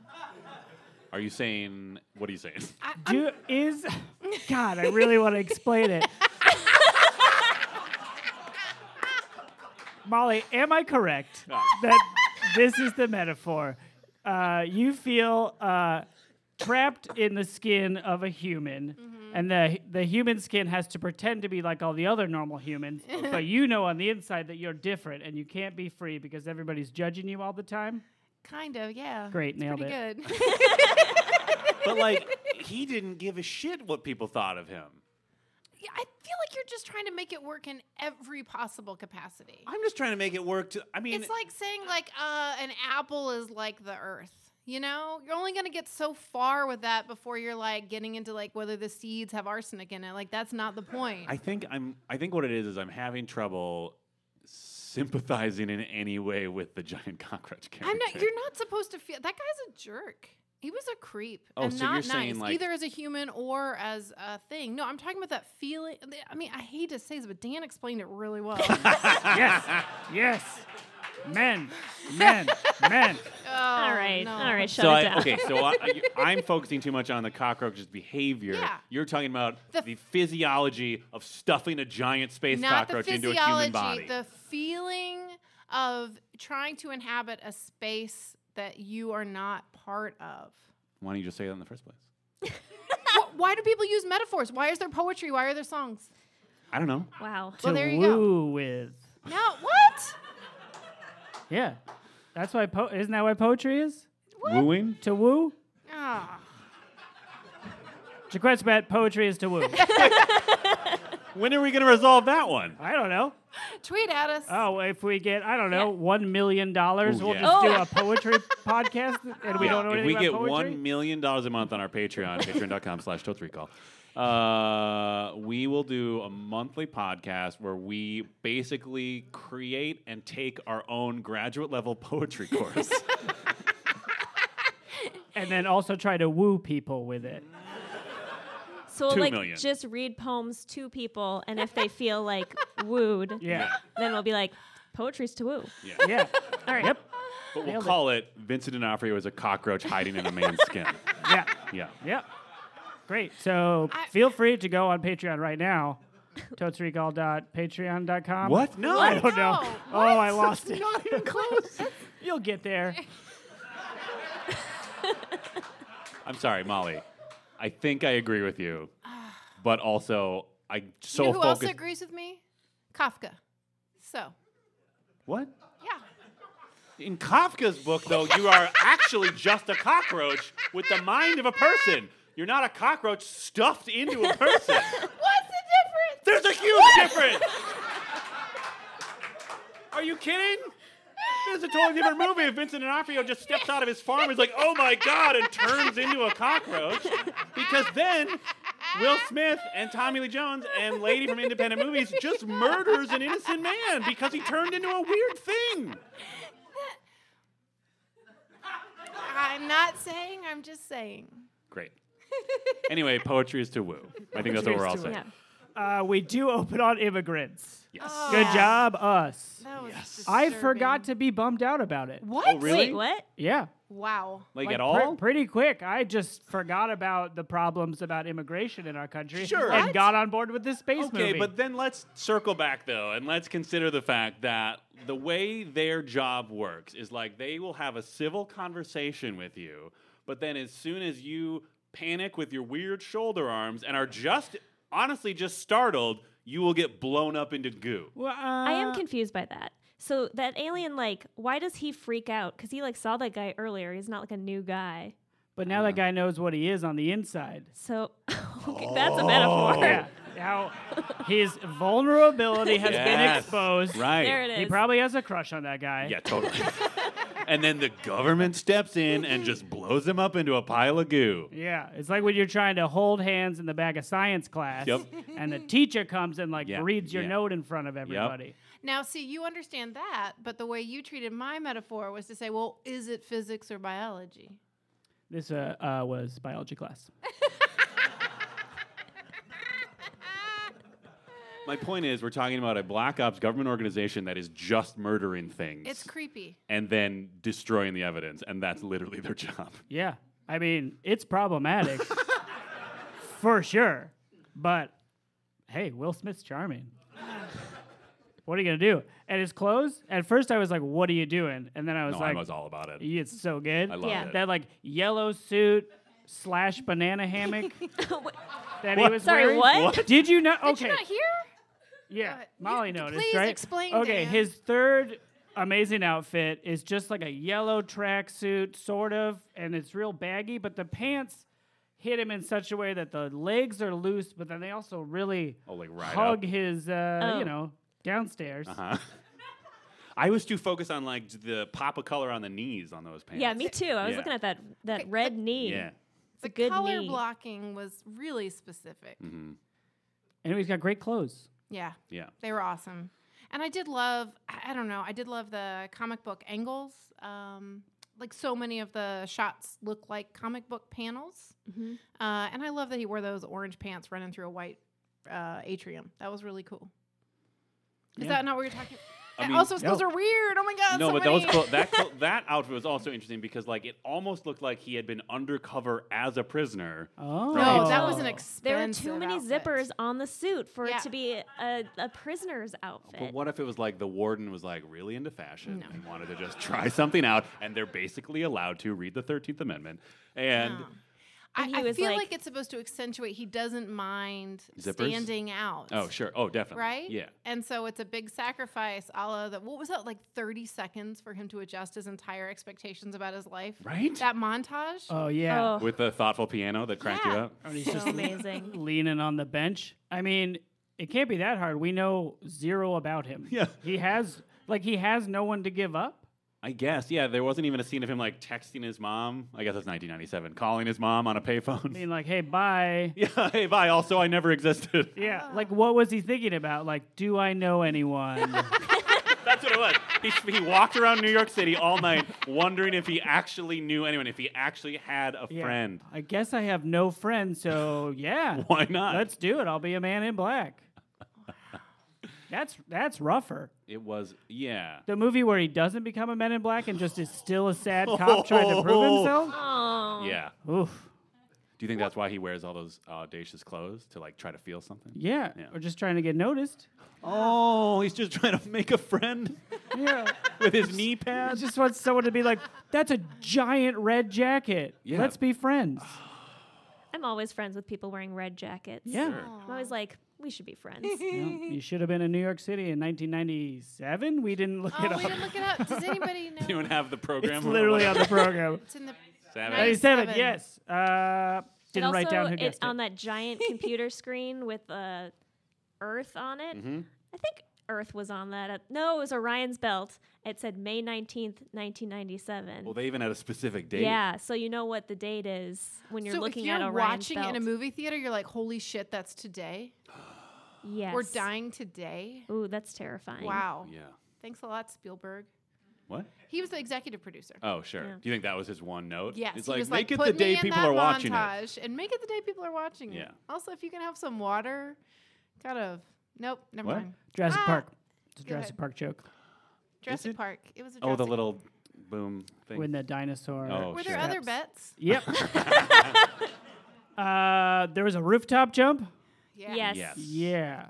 C: are you saying what are you saying?
D: I, I'm
B: Do, is God? I really want to explain it. Molly, am I correct that this is the metaphor? Uh, you feel uh, trapped in the skin of a human, and the the human skin has to pretend to be like all the other normal humans, but you know on the inside that you're different and you can't be free because everybody's judging you all the time.
D: kind of, yeah.
B: Great, nailed
D: Pretty
B: it.
D: good.
C: but like he didn't give a shit what people thought of him.
D: Yeah, I feel like you're just trying to make it work in every possible capacity.
C: I'm just trying to make it work. To I mean,
D: it's like saying like uh, an apple is like the earth. You know, you're only gonna get so far with that before you're like getting into like whether the seeds have arsenic in it. Like that's not the point.
C: I think I'm. I think what it is is I'm having trouble sympathizing in any way with the giant cockroach character.
D: I'm not. You're not supposed to feel that guy's a jerk. He was a creep
C: Oh,
D: and
C: so
D: not
C: you're
D: nice,
C: saying, like-
D: either as a human or as a thing. No, I'm talking about that feeling. I mean, I hate to say this, but Dan explained it really well. oh,
B: yes, yes. Men, men, men.
A: all right,
D: Oh, no.
A: all right, shut
C: so
A: it down.
C: I, okay, so I, I, am focusing too much on the cockroach's behavior.
D: Yeah.
C: You're talking about the,
D: The-
C: physiology of stuffing a giant space
D: not the
C: cockroach into a human
D: physiology,
C: body.
D: the feeling of trying to inhabit a space that you are not part of.
C: Why don't you just say that in the first place?
D: Wh- Why do people use metaphors? Why is there poetry? Why are there songs?
C: I don't know.
A: Wow.
B: to
D: Well, there you go.
B: woo with.
D: No, what?
B: Yeah, that's why. Po- isn't that why poetry is?
C: Wooing?
B: To woo.
D: Ah.
B: Jaquette's bet poetry is to woo.
C: When are we going to resolve that one?
B: I don't know.
D: Tweet at us.
B: Oh, if we get I don't know
A: Yeah.
B: one million dollars,
C: Ooh,
B: we'll
C: yeah.
B: just do
A: Oh.
B: a poetry podcast, and we
C: Yeah,
B: don't know
C: if
B: anything
C: we
B: about
C: get
B: poetry.
C: $1 million a month on our Patreon, patreon.com slash totes recall, uh, we will do a monthly podcast where we basically create and take our own graduate level poetry course.
B: and then also try to woo people with it.
A: So
C: Two
A: like
C: million.
A: just read poems to people and if they feel like wooed,
B: Yeah,
A: then we'll be like poetry's to woo.
C: yeah.
B: yeah.
A: All right.
B: Yep.
C: But we'll
B: Nailed it.
C: call it Vincent D'Onofrio is a cockroach hiding in a man's skin.
B: Yeah.
C: Yeah.
B: Yep. Great. So
D: I-
B: feel free to go on Patreon right now. Totesrecall.patreon.com.
C: What? No.
B: I don't know.
D: No.
B: Oh, I lost it. Not even close. You'll get there.
C: I'm sorry, Molly. I think I agree with you, but also I
D: you
C: so
D: know who
C: focused.
D: also agrees with me? Kafka. So,
C: what?
D: yeah.
C: In Kafka's book, though, you are actually just a cockroach with the mind of a person. You're not a cockroach stuffed into a person.
D: What's the difference?
C: There's a huge difference. Are you kidding? This is a totally different movie. If Vincent D'Onofrio just steps out of his farm, he's like, "Oh my god!" and turns into a cockroach, because then Will Smith and Tommy Lee Jones and lady from independent movies just murders an innocent man because he turned into a weird thing.
D: I'm not saying, I'm just saying.
C: Great. Anyway, poetry is to woo. I think that's
B: Poetry
C: what we're
B: is
C: all
B: to
C: saying.
A: Yeah.
B: Uh, we do open on immigrants.
C: Yes.
B: Good
D: Yeah.
B: job, us.
D: That was
B: I
D: disturbing.
B: forgot to be bummed out about it.
D: What?
C: Oh,
A: Wait,
C: really?
A: what?
B: Yeah.
D: Wow.
C: Like,
B: Like,
C: at
B: pre-
C: all?
B: pretty quick. I just forgot about the problems about immigration in our country
C: Sure.
B: and
C: What?
B: got on board with this space
C: Okay,
B: movie.
C: but then let's circle back though, and let's consider the fact that the way their job works is like they will have a civil conversation with you, but then as soon as you panic with your weird shoulder arms and are just honestly just startled, you will get blown up into goo.
B: Well,
A: I am
B: uh,
A: confused by that. So that alien like why does he freak out? Cuz he like saw that guy earlier. He's not like a new guy.
B: But now that guy knows what he is on the inside.
A: So okay, that's a
D: Oh.
A: metaphor.
C: Oh.
B: Yeah. Now his vulnerability has been
C: Yes.
B: exposed.
C: Right.
A: There it is.
B: He probably has a crush on that guy.
C: Yeah, totally. and then the government steps in and just blows them up into a pile of goo.
B: Yeah, it's like when you're trying to hold hands in the back of science class,
C: Yep.
B: and the teacher comes and like
C: Yeah,
B: reads your
C: yeah.
B: note in front of everybody.
D: Now, see, you understand that, but the way you treated my metaphor was to say, well, is it physics or biology?
B: This uh, uh, was biology class.
C: My point is, we're talking about a black ops government organization that is just murdering things.
D: It's creepy.
C: and then destroying the evidence, and that's literally their job.
B: Yeah, I mean it's problematic for sure, but hey, Will Smith's charming. what are you gonna do? And his clothes. At first, I was like, "What are you doing?" And then I was
C: No,
B: like,
C: I was all about it.
B: "It's so good."
C: I loved
A: Yeah.
C: it.
B: that like yellow suit slash banana hammock that he
C: What?
B: was
A: Sorry,
B: wearing.
A: what?
B: Did you not?
D: Did
B: Okay,
D: you not hear?
B: yeah,
D: You-
B: Molly noticed,
D: please
B: right?
D: explain,
B: Okay,
D: Dan.
B: his third amazing outfit is just like a yellow tracksuit, sort of, and it's real baggy, but the pants hit him in such a way that the legs are loose, but then they also really
C: Oh, like right
B: hug
C: up.
B: his, uh,
A: Oh.
B: you know, downstairs.
C: Uh-huh. I was too focused on like the pop of color on the knees on those pants.
A: Yeah, me too. I was
C: Yeah.
A: looking at that that red knee.
C: Yeah.
A: It's a
D: The
A: good
D: color
A: knee.
D: blocking was really specific.
C: hmm
B: And he's got great clothes.
D: Yeah,
C: Yeah.
D: they were awesome. And I did love, I I don't know, I did love the comic book angles. Um, like so many of the shots look like comic book panels.
A: Mhm.
D: Uh, and I love that he wore those orange pants running through a white uh, atrium. That was really cool. Is
B: Yeah.
D: that not what you're talking
C: I
D: about?
C: mean-
D: Also, his clothes
B: No.
D: are weird. Oh my God.
C: No,
D: so
C: but that was
D: many.
C: cool. that clo- that outfit was also interesting because like it almost looked like he had been undercover as a prisoner.
B: Oh.
C: Right.
D: No, that was an
C: Oh.
D: expensive
A: There were too many
D: outfit.
A: zippers on the suit for
D: Yeah.
A: it to be a, a prisoner's outfit.
C: But what if it was like the warden was like really into fashion
D: No.
C: and wanted to just try something out, and they're basically allowed to read the Thirteenth Amendment, and
D: No. I,
A: And he
D: I
A: was
D: feel like,
A: like-
D: it's supposed to accentuate he doesn't mind
C: Zippers?
D: standing out.
C: oh sure, oh definitely,
D: Right?
C: Yeah,
D: And so it's a big sacrifice, a la the, what was that, like 30 seconds for him to adjust his entire expectations about his life?
C: right. Uh,
D: That montage?
B: Oh, yeah.
A: Oh,
C: With the thoughtful piano that cracked you
D: Yeah.
C: up.
B: And he's
A: so
B: just
A: amazing.
B: leaning on the bench. I mean, it can't be that hard. We know zero about him.
C: Yeah.
B: He has, like, he has no one to give up.
C: I guess, yeah. There wasn't even a scene of him like texting his mom. I guess that's 1997. Calling his mom on a
B: I
C: payphone.
B: mean, like, hey, bye.
C: yeah. Hey, bye. Also, I never existed.
B: Yeah,
D: Ah.
B: like what was he thinking about? Like, do I know anyone?
C: That's what it was. He, he walked around New York City all night wondering if he actually knew anyone, if he actually had a
B: Yeah.
C: friend.
B: I guess I have no friends, so yeah.
C: Why not?
B: Let's do it. I'll be a man in black. That's that's rougher.
C: it was, yeah.
B: The movie where he doesn't become a man in black and just is still a sad cop trying to prove himself.
A: Oh,
C: Yeah.
B: Oof.
C: Do you think that's why he wears all those audacious clothes to like try to feel something?
B: Yeah.
C: Yeah.
B: Or just trying to get noticed.
C: Oh, he's just trying to make a friend
B: Yeah.
C: with his knee pad.
B: I just want someone to be like, that's a giant red jacket.
C: Yeah.
B: Let's be friends.
A: I'm always friends with people wearing red jackets.
B: Yeah.
A: I'm always like, we should be friends.
B: Yeah, you should have been in New York City in 1997. We didn't look it
D: Oh,
B: up.
D: we didn't look it up. Does anybody know?
C: Anyone have the program?
B: It's literally on the program.
D: It's in the.
C: Savage.
D: Nice.
B: 97,
D: Seven.
B: yes. Uh,
A: It
B: didn't write
A: also-
B: down who
A: it-
B: guessed it.
A: on that giant computer screen with uh, Earth on it.
B: Mm-hmm.
A: I think Earth was on that. Uh, no, it was Orion's Belt. It said May 19th, 1997.
C: Well, they even had a specific date.
A: yeah, so you know what the date is when you're
D: so
A: looking
D: if you're
A: at Orion's
D: watching
A: Belt.
D: in a movie theater, you're like, holy shit, that's today.
A: Yes.
D: We're dying today.
A: Ooh, that's terrifying.
D: Wow.
C: Yeah.
D: Thanks a lot, Spielberg.
C: What?
D: He was the executive producer.
C: Oh, sure.
A: Yeah.
C: Do you think that was his one note?
D: Yes,
C: It's
D: he
C: like,
D: was
C: make
D: like,
C: it
D: put
C: the
D: me
C: day
D: in
C: people
D: that
C: are watching it.
D: montage and make it the day people are watching it.
C: Yeah.
D: Also, if you can have some water, kind of. Nope, never
C: What?
D: mind.
B: Jurassic
D: Ah,
B: Park. It's a
D: go
B: Jurassic
D: ahead.
B: Park joke.
D: Jurassic
C: it?
D: Park. It was a
C: Oh,
D: Jurassic
C: the little boom thing.
B: When the dinosaur.
C: Oh,
D: Were
C: sure.
D: there other
B: steps.
D: bets?
B: Yep. uh, there was a rooftop jump.
A: Yes.
C: Yes.
B: Yeah.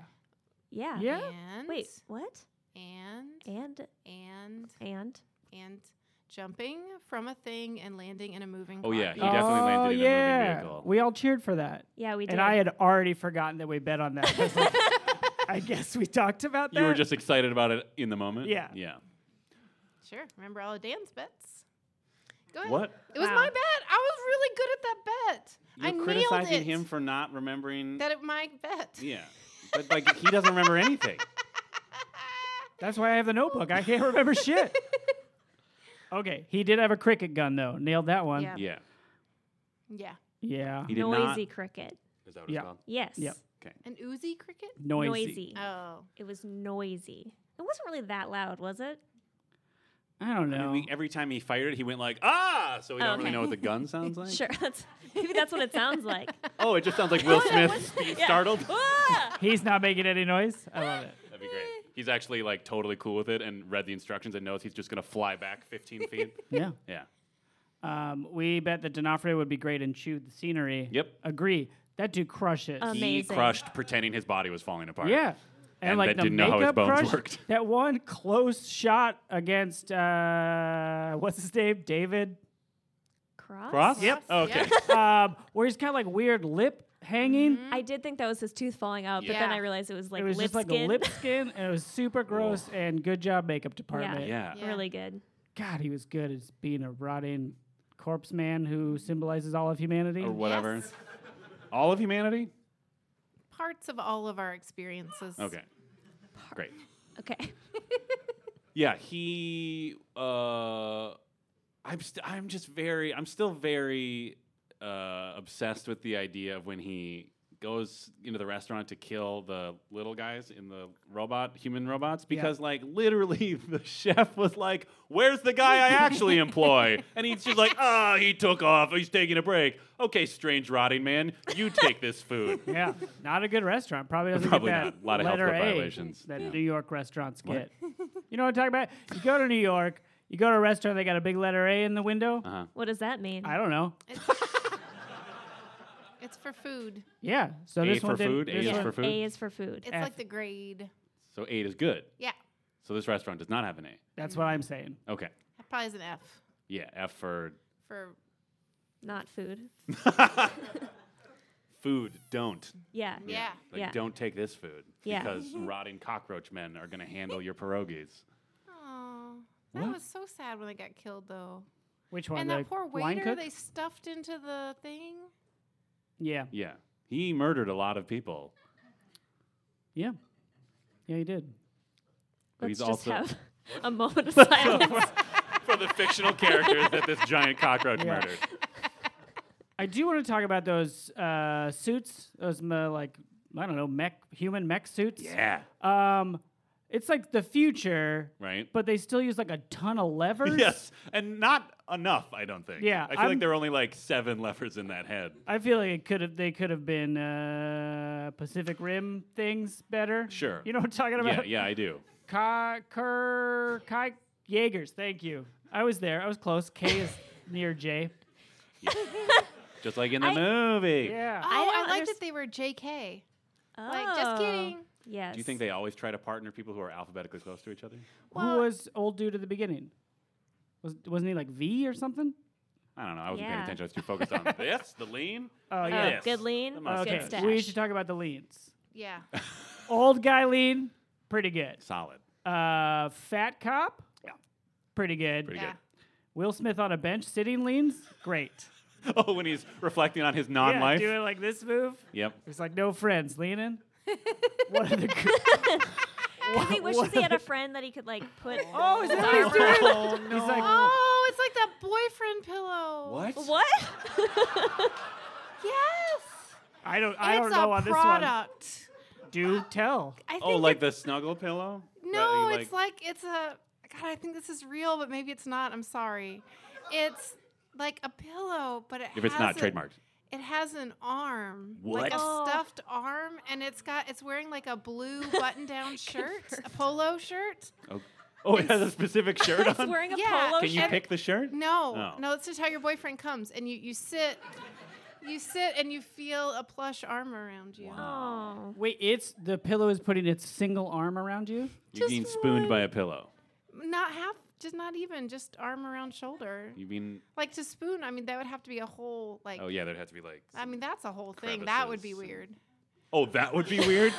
A: Yeah.
B: Yeah.
D: And
A: Wait, what?
D: and
A: And
D: and
A: and
D: and jumping from a thing and landing in a moving.
C: Oh, yeah,
D: body.
C: he definitely landed
B: oh,
C: in a moving
B: yeah.
C: vehicle.
B: We all cheered for that.
A: yeah, we did.
B: And I had already forgotten that we bet on that. 'cause, like, I guess we talked about that.
C: You were just excited about it in the moment?
B: Yeah.
C: Yeah.
D: Sure. Remember all of Dan's bets? Go ahead.
C: What?
D: It was
A: Wow.
D: my bet. I was really good at that bet.
C: You're
D: I nailed
C: criticizing
D: it.
C: him for not remembering.
D: that it my bet.
C: yeah. But, like, he doesn't remember anything.
B: That's why I have the notebook. I can't remember shit. Okay. He did have a cricket gun, though. Nailed that one.
D: Yeah.
C: Yeah.
D: yeah.
B: Yeah.
C: He did not.
A: noisy
C: Is
A: cricket.
C: that what
B: Yeah.
C: it's called?
A: Yes.
B: Yep.
C: Okay.
D: An oozy cricket?
B: Noisy.
A: Noisy.
D: Oh.
A: It was noisy. It wasn't really that loud, was it?
B: I don't
C: I
B: know.
C: mean, every time he fired it, he went like, ah! So we
A: Oh,
C: don't really
A: okay.
C: know what the gun sounds like?
A: Sure. That's, maybe that's what it sounds like.
C: Oh, it just sounds like Will Smith being startled.
A: Ah!
B: He's not making any noise. I love it.
C: That'd be great. He's actually, like, totally cool with it and read the instructions and knows he's just going to fly back 15 feet.
B: Yeah.
C: Yeah.
B: Um, we bet that D'Onofrio would be great in Chew the Scenery.
C: Yep.
B: Agree. That dude crushed it.
A: Um,
C: He
A: Amazing.
C: crushed pretending his body was falling apart.
B: yeah. And,
C: And
B: like
C: that
B: the
C: didn't know
B: makeup
C: how his bones
B: crush,
C: worked.
B: That one close shot against uh, what's his name, David,
A: Cross?
C: Cross?
B: Yep.
C: Oh, okay.
B: um, where he's kind of like weird lip hanging.
A: I did think that was his tooth falling out, but then
D: Yeah.
A: I realized it was Mm-hmm. like
B: it was
A: lip
B: just like
A: skin.
B: a lip skin, and it was super gross. and good job, makeup department.
C: Yeah.
A: Really good.
B: God, he was good as being a rotting corpse man who symbolizes all of humanity.
C: or whatever.
D: Yes.
C: All of humanity?
D: Parts of all of our experiences.
C: Okay. Great.
A: Okay.
C: Yeah, he. Uh, I'm. St- I'm just very. I'm still very uh, obsessed with the idea of when he goes into the restaurant to kill the little guys in the robot human robots because like literally the chef was like where's the guy i actually employ and he's just like ah he took off he's taking a break okay strange rotting man you take this food
B: yeah, not a good restaurant. Probably doesn't
C: Probably not.
B: get that
C: A lot of health
B: letter
C: code
B: A
C: violations.
B: that
C: Yeah.
B: New York restaurants get. you know what I'm talking about? You go to New York, you go to a restaurant, they got a big letter A in the window.
C: Uh-huh.
A: What does that mean?
B: I don't know.
D: It's for food.
B: Yeah. So
C: A
B: this
C: for
B: one did,
C: food, A
B: this
C: is
B: one-
C: for food.
A: A is for food.
D: It's
B: F.
D: like the grade.
C: so eight is good
D: Yeah.
C: so this restaurant does not have an a
B: That's what I'm saying.
C: okay
D: That probably is an F
C: yeah f for
D: for
A: Not food.
C: food don't
A: Yeah.
D: yeah.
C: like
A: Yeah.
C: don't take this food
A: Yeah.
C: because
B: Mm-hmm.
C: rotting cockroach men are going to handle your pierogies
D: Oh, that was so sad when they got killed though.
B: Which one?
D: and
B: the
D: that poor
B: line
D: waiter
B: cook?
D: they stuffed into the thing.
B: Yeah.
C: yeah he murdered a lot of people
B: Yeah. Yeah, he did.
C: who
A: Let's
C: he's
A: just
C: also
A: have a moment of silence.
C: for the fictional characters that this giant cockroach
B: Yeah.
C: murdered
B: I do want to talk about those uh, suits, those uh, like I don't know, mech human mech suits.
C: yeah
B: Um, it's like the future,
C: right
B: but they still use like a ton of levers.
C: yes and not enough i don't think
B: Yeah,
C: i feel
B: I'm-
C: like there are only like seven levers in that head
B: I feel like it could have. They could have been uh, Pacific Rim things better.
C: Sure.
B: You know what I'm talking
C: yeah
B: about?
C: yeah i do
B: Ka- Kerr, Kai Jaegers. Thank you. I was there. I was close. K is near J.
C: just like in the movie
B: Yeah.
D: Oh, I,
A: don't
D: liked
A: underst-
D: that they were JK.
A: oh.
D: Like just kidding.
A: Yes.
C: do you think they always try to partner people who are alphabetically close to each other
D: Well-
B: Who was old dude at the beginning? Was wasn't he like V or something?
C: i don't know i wasn't paying
A: Yeah.
C: attention i was too focused on this the lean
B: Oh
A: Oh,
B: yeah.
C: Yes.
A: good lean.
C: The
B: Okay.
C: mustache.
A: Good
B: We
A: stash.
B: should talk about the leans.
D: Yeah.
B: Old guy lean, pretty good.
C: solid
B: Uh, fat cop, yeah, pretty good.
C: pretty
D: Yeah.
C: good
B: Will Smith on a bench sitting leans, great.
C: Oh, when he's reflecting on his
B: yeah,
C: non-life.
B: doing like this move.
C: yep.
B: It's like no friends leaning. what are the? gr-
A: Because he wishes he had a friend that he could like put.
B: Oh, is that
A: his
B: what he's
A: arm around.
B: doing? He's like,
D: Oh, it's like that boyfriend pillow.
A: What?
D: Yes.
B: I don't, I don't
D: it's
B: know
D: a
B: on this one.
D: product.
B: Do tell.
D: I think
C: Oh, like the snuggle pillow? That
D: No,
C: he,
D: it's like it's a God, I think this is real, but maybe it's not. I'm sorry. It's like a pillow, but it
C: if it's not
D: has a-
C: trademarked.
D: It has an arm,
C: What?
D: like a
A: Oh.
D: stuffed arm, and it's got it's wearing like a blue button-down shirt, a polo shirt.
C: Oh, oh it has a specific shirt
A: He's
C: on.
A: wearing a
D: Yeah.
A: polo
C: Can you
A: shirt.
C: pick the shirt?
D: No,
C: Oh.
D: no, that's just how your boyfriend comes, and you you sit, you sit, and you feel a plush arm around you.
A: Oh.
B: Wait, it's the pillow is putting its single arm around you.
C: You're being spooned by a pillow.
D: Not half, just not even, just arm around shoulder.
C: You mean?
D: Like to spoon, I mean that would have to be a whole like.
C: Oh yeah, there'd have to be like.
D: I mean that's a whole thing. That would be
C: crevices
D: weird.
C: Oh, that would be weird.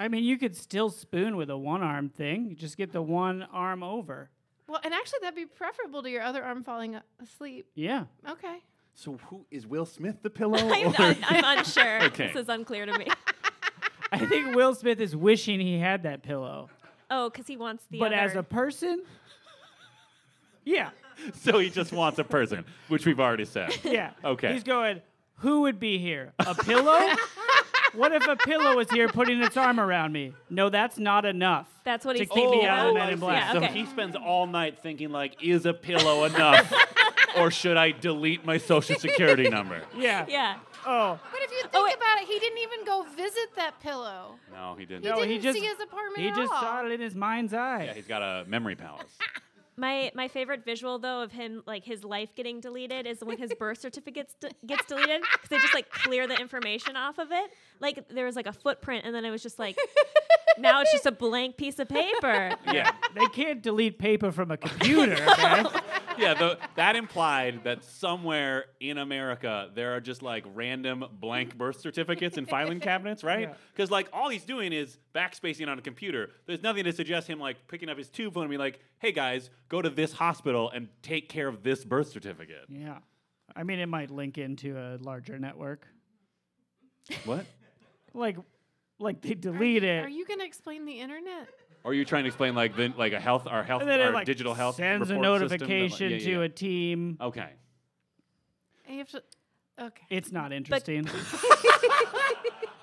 B: I mean, you could still spoon with a one-arm thing. You just get the one arm over.
D: Well, and actually that'd be preferable to your other arm falling a- asleep.
B: Yeah.
D: Okay.
C: so who is Will Smith the pillow?
A: I'm,
C: or-
A: un- I'm unsure.
C: Okay.
A: This is unclear to me.
B: I think Will Smith is wishing he had that pillow.
A: Oh, because he wants the.
B: but as
A: other-
B: a person, yeah,
C: so he just wants a person, which we've already said.
B: yeah.
C: Okay.
B: He's going, who would be here? A pillow? what if a pillow was here putting its arm around me? No, that's not enough.
A: That's what
B: to
A: he's
B: keep me
A: thinking
C: Oh.
B: out of
A: about.
B: Men in
C: I see.
B: Black.
C: So
A: Oh, Yeah, okay.
C: he spends all night thinking like, is a pillow enough, or should I delete my social security number?
B: Yeah.
A: Yeah.
B: Oh,
D: But if you think
A: Oh, wait.
D: about it, he didn't even go visit that pillow.
C: No, he didn't.
D: He
B: No, he
D: didn't
B: just-
D: see his apartment
B: he
D: at
B: just
D: all.
B: saw it in his mind's
C: Yeah,
B: eye.
C: he's got a memory palace.
A: My my favorite visual though of him like his life getting deleted is when his birth certificate d- gets deleted because they just like clear the information off of it. Like there was like a footprint, and then it was just like now it's just a blank piece of paper.
C: yeah.
B: they can't delete paper from a computer. Beth.
C: yeah, the, that implied that somewhere in America there are just like random blank birth certificates in filing cabinets, right?
B: Yeah.
C: Because like all he's doing is backspacing on a computer. There's nothing to suggest him like picking up his tube phone and be like, "Hey guys, go to this hospital and take care of this birth certificate."
B: Yeah. I mean, it might link into a larger network.
C: What?
B: Like, like they delete it.
D: Are you going to explain the internet?
C: Or are you trying to explain like the, like a health, our health,
B: and then
C: our
B: it like
C: digital health
B: sends a
C: report system that, like-
B: notification
C: yeah, yeah,
B: to
C: yeah.
B: a team.
C: Okay.
D: You have to. Okay.
B: It's not interesting.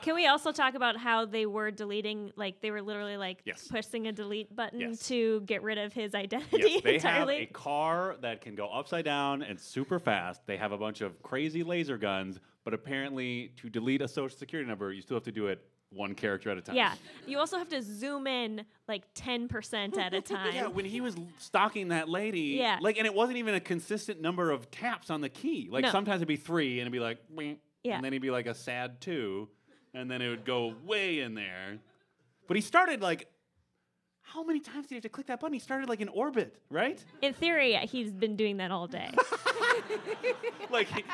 A: Can we also talk about how they were deleting, like they were literally like
C: Yes.
A: pushing a delete button
C: Yes.
A: to get rid of his identity
C: Yes, they have
A: entirely?
C: a car that can go upside down and super fast. They have a bunch of crazy laser guns, but apparently, to delete a social security number, you still have to do it one character at a time.
A: yeah, you also have to zoom in like ten percent at a time.
C: Yeah, when he was l- stalking that lady,
A: Yeah.
C: like, and it wasn't even a consistent number of taps on the key. Like,
A: No.
C: sometimes it'd be three, and it'd be like, "Meep,"
A: Yeah.
C: and then it'd be like a sad two, and then it would go way in there. But he started like, how many times did he have to click that button? He started like in orbit, right?
A: In theory, he's been doing that all day.
C: like he-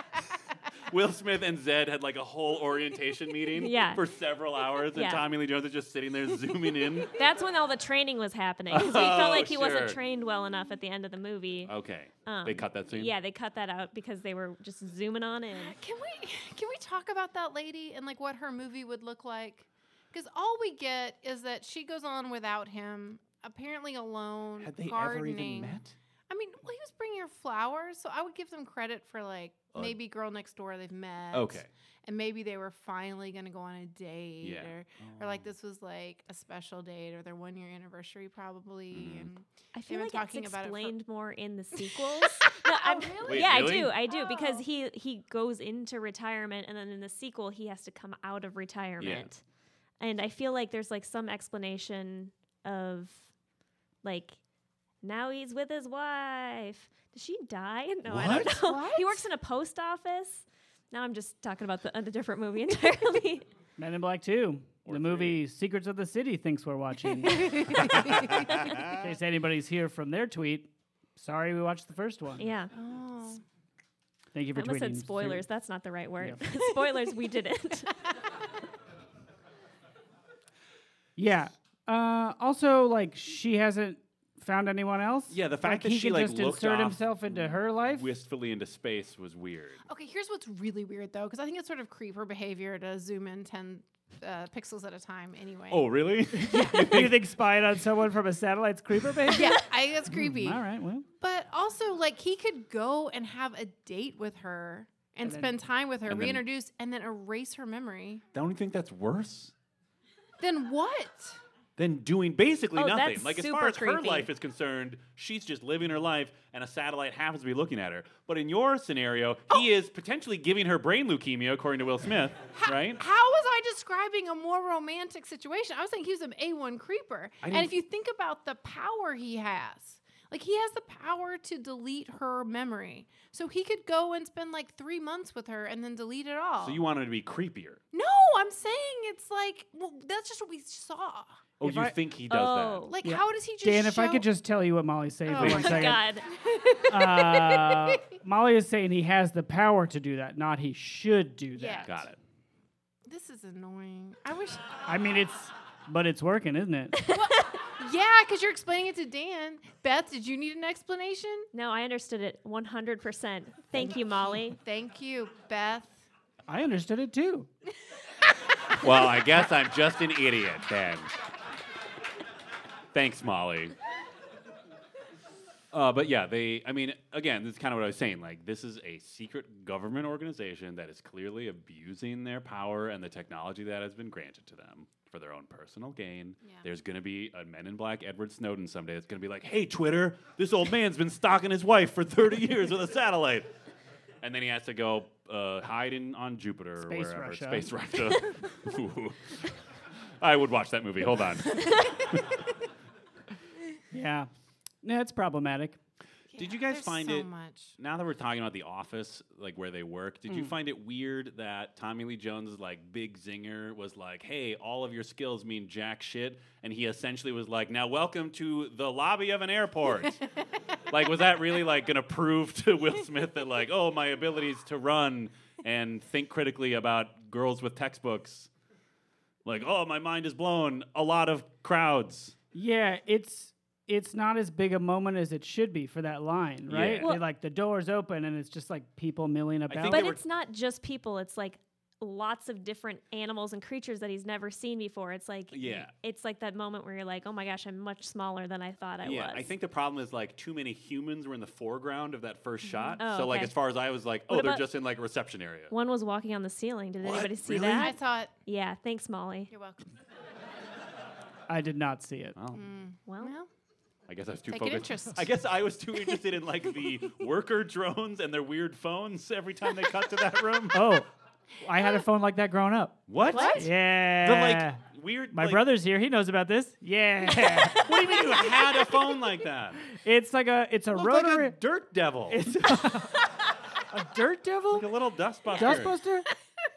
C: Will Smith and Zed had like a whole orientation meeting
A: Yeah.
C: for several hours, and
A: Yeah.
C: Tommy Lee Jones is just sitting there zooming in.
A: That's when all the training was happening. 'cause we
C: Oh,
A: felt like he
C: sure. Oh,
A: wasn't trained well enough at the end of the movie.
C: Okay,
A: Um,
C: they cut that scene.
A: Yeah, they cut that out because they were just zooming on in.
D: Can we can we talk about that lady and like what her movie would look like? Because all we get is that she goes on without him, apparently alone,
C: had they ever
D: gardening.
C: even met?
D: I mean, well, he was bringing her flowers, so I would give them credit for like
C: Uh,
D: maybe girl next door they've met.
C: Okay.
D: And maybe they were finally going to go on a date,
C: Yeah.
D: or, or like this was like a special date, or their one year anniversary probably.
C: Mhm.
D: And
A: I feel
D: were
A: like
D: talking
A: it's
D: about it for-
A: explained more in the sequels. No, I'm-
D: really?
C: Wait,
A: yeah,
C: really?
A: I do. I do because
D: Oh.
A: he he goes into retirement, and then in the sequel, he has to come out of retirement. And I feel like there's like some explanation of like now he's with his wife. Did she die? No, I
C: What?
A: don't know. He
D: What?
A: works in a post office. Now I'm just talking about the, uh, the different movie entirely.
B: Men in Black 2.
C: Or
B: the movie Secrets of the City thinks we're watching. In case anybody's here from their tweet, sorry we watched the first one.
A: yeah.
D: oh.
B: Thank you
A: I
B: for
A: almost
B: tweeting.
A: said spoilers. That's not the right word.
B: Yeah.
A: spoilers, we didn't.
B: Yeah. Uh, also, like, she hasn't found anyone else.
C: Yeah, the fact that
B: he
C: she,
B: can
C: like,
B: just
C: looked
B: insert
C: off
B: himself into her life.
C: Wistfully into space was weird.
D: Okay, here's what's really weird though, because I think it's sort of creeper behavior to zoom in 10 uh, pixels at a time anyway.
C: Oh, really?
B: you think spying on someone from a satellite's creeper baby?
D: yeah, I think that's creepy.
B: All right. Well,
D: But also, like, he could go and have a date with her and,
B: And then-
D: spend time with her,
C: And then-
D: reintroduce, and then erase her memory.
C: Don't you think that's worse
D: Then what?
C: than doing basically
A: Oh,
C: nothing?
A: that's
C: Like, as
A: super
C: far as her
A: creepy.
C: life is concerned, she's just living her life, and a satellite happens to be looking at her. But in your scenario,
A: Oh!
C: he is potentially giving her brain leukemia, according to Will Smith, right?
D: How was I describing a more romantic situation? I was saying he was an A1 creeper.
C: I
D: And
C: didn't-
D: if you think about the power he has, like, he has the power to delete her memory. So he could go and spend like three months with her and then delete it all.
C: So you want her to be creepier.
D: No, I'm saying it's like well, that's just what we saw.
C: Oh,
B: If
C: you
B: I-
C: think he does
A: Oh.
C: that?
D: Like,
B: Yeah.
D: how does he just?
B: Dan, if I
D: show-
B: could just tell you what Molly's saying
D: Oh
B: for one
D: my
A: God.
B: second. Uh, Molly is saying he has the power to do that, not he should do that.
D: Yeah.
C: Got it.
D: this is annoying. I wish.
B: I mean, it's, but it's working, isn't it?
D: yeah, because you're explaining it to Dan. Beth, did you need an explanation?
A: No, I understood it 100%. Thank, you, Molly.
D: Thank you, Beth.
B: I understood it too.
C: Well, I guess I'm just an idiot then. Thanks, Molly. Uh, but yeah, they. I mean, again, this is kind of what I was saying. Like, this is a secret government organization that is clearly abusing their power and the technology that has been granted to them for their own personal gain.
D: Yeah.
C: There's going to be a Men in Black Edward Snowden someday. that's going to be like, "Hey, Twitter, this old man's been stalking his wife for 30 years with a satellite," and then he has to go uh, hide in on Jupiter or
B: Space
C: wherever.
B: Russia.
C: Space Russia. Ooh. I would watch that movie. Hold on.
B: Yeah. No, it's problematic.
C: Did you guys
D: There's
C: find
D: so
C: it-
D: much?
C: Now that we're talking about the office, like where they work, did you find it weird that Tommy Lee Jones' like big zinger was like, "Hey, all of your skills mean jack shit," and he essentially was like, "Now welcome to the lobby of an airport." like, was that really like gonna prove to Will Smith that like, oh, my abilities to run and think critically about girls with textbooks, like, oh, my mind is blown. A lot of crowds.
B: Yeah, it's it's not as big a moment as it should be for that line, right?
C: Yeah.
B: They,
A: Well-
B: like the doors open and it's just like people milling about.
C: think
A: But
C: they were-
A: it's not just people. It's like lots of different animals and creatures that he's never seen before. It's like
C: Yeah.
A: it's like that moment where you're like, oh my gosh, I'm much smaller than I thought I
C: yeah,
A: was.
C: I think the problem is like too many humans were in the foreground of that first shot.
A: Oh,
C: so like
A: okay.
C: as far as I was like, oh,
A: What
C: they're
A: about-
C: just in like a reception area.
A: one was walking on the ceiling. Did anybody see
C: Really?
D: I
A: that?
D: thought
A: Yeah, thanks, Molly.
D: you're welcome.
B: I did not see it.
C: Well,
A: Mm. Well,
D: Well,
C: Oh, I guess I was too
D: Take an
C: focused.
D: interest.
C: I guess I was too interested in like the worker drones and their weird phones every time they cut to that room.
B: Oh, I had a phone like that growing up.
C: What?
B: Yeah.
C: The like weird.
B: My
C: like-
B: brother's here. He knows about this. Yeah.
C: What do you mean you had a phone like that?
B: it's like a it's a
C: Looked like
B: rotary
C: a dirt devil.
B: it's a, dirt devil?
C: like a little dustbuster.
B: Dustbuster?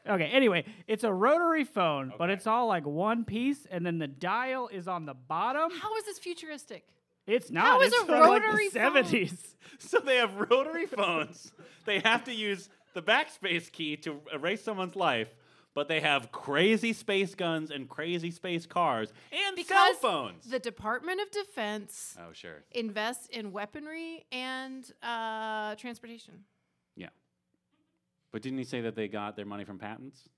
B: okay, anyway, it's a rotary phone, but it's all like one piece and then the dial is on the bottom.
D: how is this futuristic?
B: It's not.
D: is
B: it's
D: a
B: from, like,
D: rotary
B: the
D: phone?
B: 70s.
C: So they have rotary phones. They have to use the backspace key to erase someone's life, but they have crazy space guns and crazy space cars and cell
D: Because
C: phones.
D: The Department of Defense
C: oh, sure.
D: invests in weaponry and uh, transportation.
C: Yeah. But didn't he say that they got their money from patents?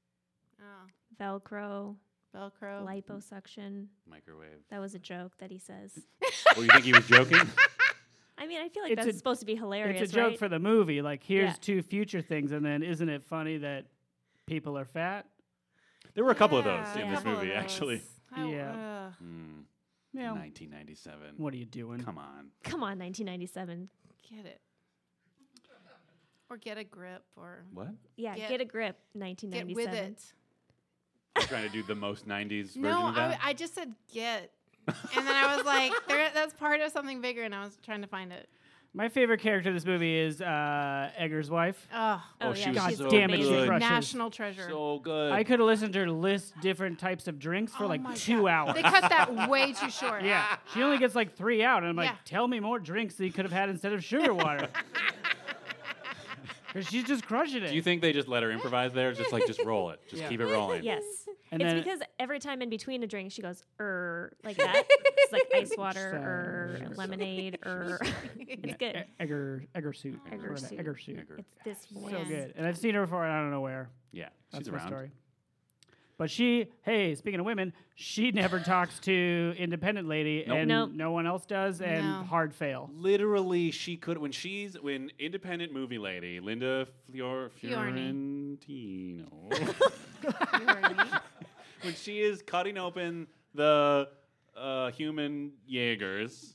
D: Oh,
A: Velcro,
D: Velcro.
A: liposuction.
C: Microwave.
A: That was a joke that he says.
C: oh, you think he was joking?
A: I mean, I feel like
B: It's
A: that's
B: a-
A: supposed to be hilarious.
B: it's a joke
A: right?
B: for the movie. Like, here's
A: Yeah.
B: two future things, and then isn't it funny that people are fat?
C: There were a couple of those
D: Yeah,
C: in
D: a
C: this
D: couple of
C: movie,
D: those.
C: actually.
D: I-
B: Yeah.
D: ugh.
C: Mm,
B: Yeah.
C: 1997.
B: What are you doing?
C: Come on.
A: Come on, 1997.
D: Get it. Or get a grip or
C: What?
A: Yeah,
D: Get-
A: get, a grip.
D: get
A: 1997.
D: with it.
C: I'm trying to do the most 90s version
D: No,
C: of
D: I,
C: that.
D: I just said get. and then I was like, there, that's part of something bigger, and I was trying to find it.
B: My favorite character in this movie is uh, Egger's wife.
D: Oh,
C: Oh, she was
B: God
C: so
B: damn it,
C: good.
B: she crushed crushes.
D: national treasure.
C: So good.
B: I could have listened to her list different types of drinks for
D: Oh
B: like
D: my
B: two
D: God.
B: hours.
D: They cut that way too short.
B: yeah, she only gets like three out, and I'm like,
D: Yeah.
B: tell me more drinks that you could have had instead of sugar water. Because she's just crushing it.
C: Do you think they just let her improvise there? Just like, just roll it. Just
B: Yeah.
C: keep it rolling.
A: Yes.
B: And
A: it's
B: then-
A: because every time in between a drink, she goes, er, like that. it's like ice water,
B: Sure,
A: er,
B: sure.
A: lemonade, er. it's good.
B: E- Egger, Egger suit.
A: Egger
B: Or
A: suit.
B: Egger suit.
A: It's this voice.
B: So good. And I've seen her before, and I don't know where.
C: Yeah,
B: That's
C: she's
B: my
C: around.
B: story. But she, hey, speaking of women, she never talks to independent lady, and
A: Nope.
B: no one else does, and
D: No.
B: hard fail.
C: Literally, she could when she's when independent movie lady Linda Fior,
D: Fiorni.
C: Fiorentino
D: Yeah.
C: when she is cutting open the uh, human Jaegers.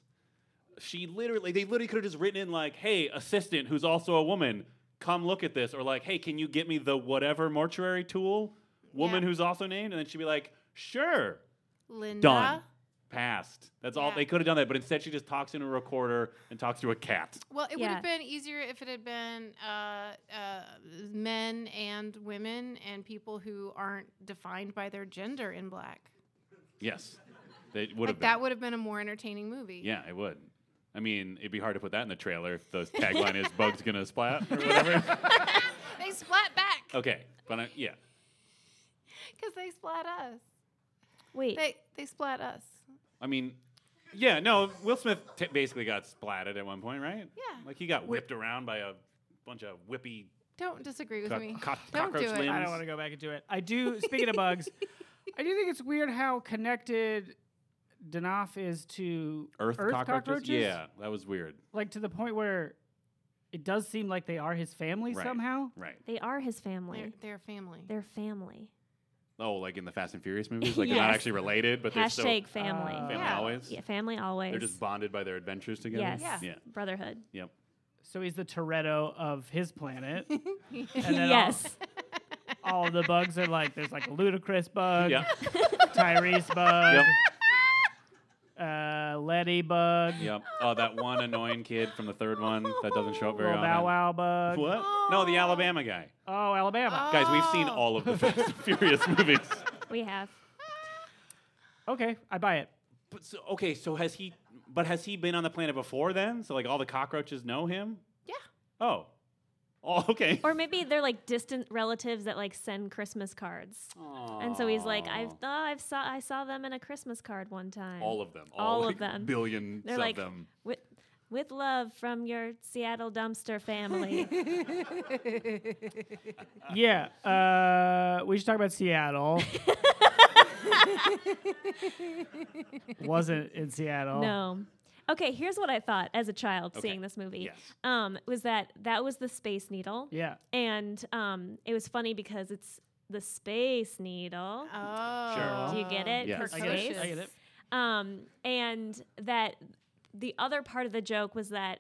C: She literally, they literally could have just written in like, "Hey, assistant, who's also a woman, come look at this," or like, "Hey, can you get me the whatever mortuary tool, woman
D: Yeah.
C: who's also named?" And then she'd be like, "Sure."
D: Linda.
C: done. Passed. That's all
D: Yeah.
C: they could have done that, but instead she just talks into a recorder and talks to a cat.
D: Well, it would have
A: Yeah.
D: been easier if it had been uh, uh, men and women and people who aren't defined by their gender in black.
C: Yes. They would have
D: Like
C: been.
D: that would have been a more entertaining movie.
C: yeah, it would. I mean, it'd be hard to put that in the trailer if the tagline is "Bugs gonna splat" or whatever.
D: They splat back
C: okay, but I, yeah,
D: because they splat us.
A: Wait,
D: They they splat us.
C: I mean, yeah, no. Will Smith t- basically got splatted at one point, right?
D: Yeah.
C: Like he got whipped around by a bunch of whippy.
D: Don't disagree with
C: Co-
D: me.
C: co-
D: Don't do
C: cockroach
D: it.
C: limb.
B: I don't
C: Bugs.
B: want to go back into it. I do. Speaking of bugs, I do think it's weird how connected Danoff is to
C: Earth, cockroaches?
B: cockroaches.
C: Yeah, that was weird.
B: like to the point where it does seem like they are his family
C: Right.
B: somehow.
C: Right.
A: they are his family.
D: They're, they're family.
A: They're family.
C: Oh, like in the Fast and Furious movies, like they're not
A: Yes.
C: actually related, but they're still
A: Hashtag family.
B: Uh,
C: family
D: Yeah.
C: always.
A: yeah, family always.
C: They're just bonded by their adventures together.
A: yes.
D: Yeah.
C: Yeah.
A: Brotherhood.
C: Yep.
B: So he's the Toretto of his planet. And then all-
A: Yes.
B: All, the bugs are like there's like a ludicrous bug,
C: Yeah.
B: Tyrese bug,
C: yep.
B: uh, Letty bug,
C: Yep. Oh, that one annoying kid from the third one Oh, that doesn't show up very
B: little Bow
C: often.
B: Wow bug.
C: What? No, the Alabama guy.
B: Oh, Alabama.
C: Guys, we've seen
D: Oh.
C: all of the Fast and Furious movies.
A: We have. Oh.
B: Okay, I buy it.
C: But so, okay, so has he? But has he been on the planet before then? So like all the cockroaches know him.
D: Yeah.
C: Oh. Oh, okay.
A: Or maybe they're like distant relatives that like send Christmas cards. And so he's like, I've, oh, I've saw, I saw them in a Christmas card one time.
C: all of them.
A: all of
C: like,
A: them.
C: Billions
A: They're
C: of
A: like,
C: them.
A: With, with love from your Seattle dumpster family.
B: Yeah, uh, we should talk about Seattle. Wasn't in Seattle.
A: No. Okay, here's what I thought as a child seeing this movie.
C: Yes.
A: Um, was that that was the Space Needle,
B: Yeah.
A: and um, it was funny because it's the Space Needle.
D: Oh.
C: Sure.
A: Do you get it?
C: Yes.
A: Kirk
B: Ah. I get it. I
A: Space.
B: get it.
A: Um, and that the other part of the joke was that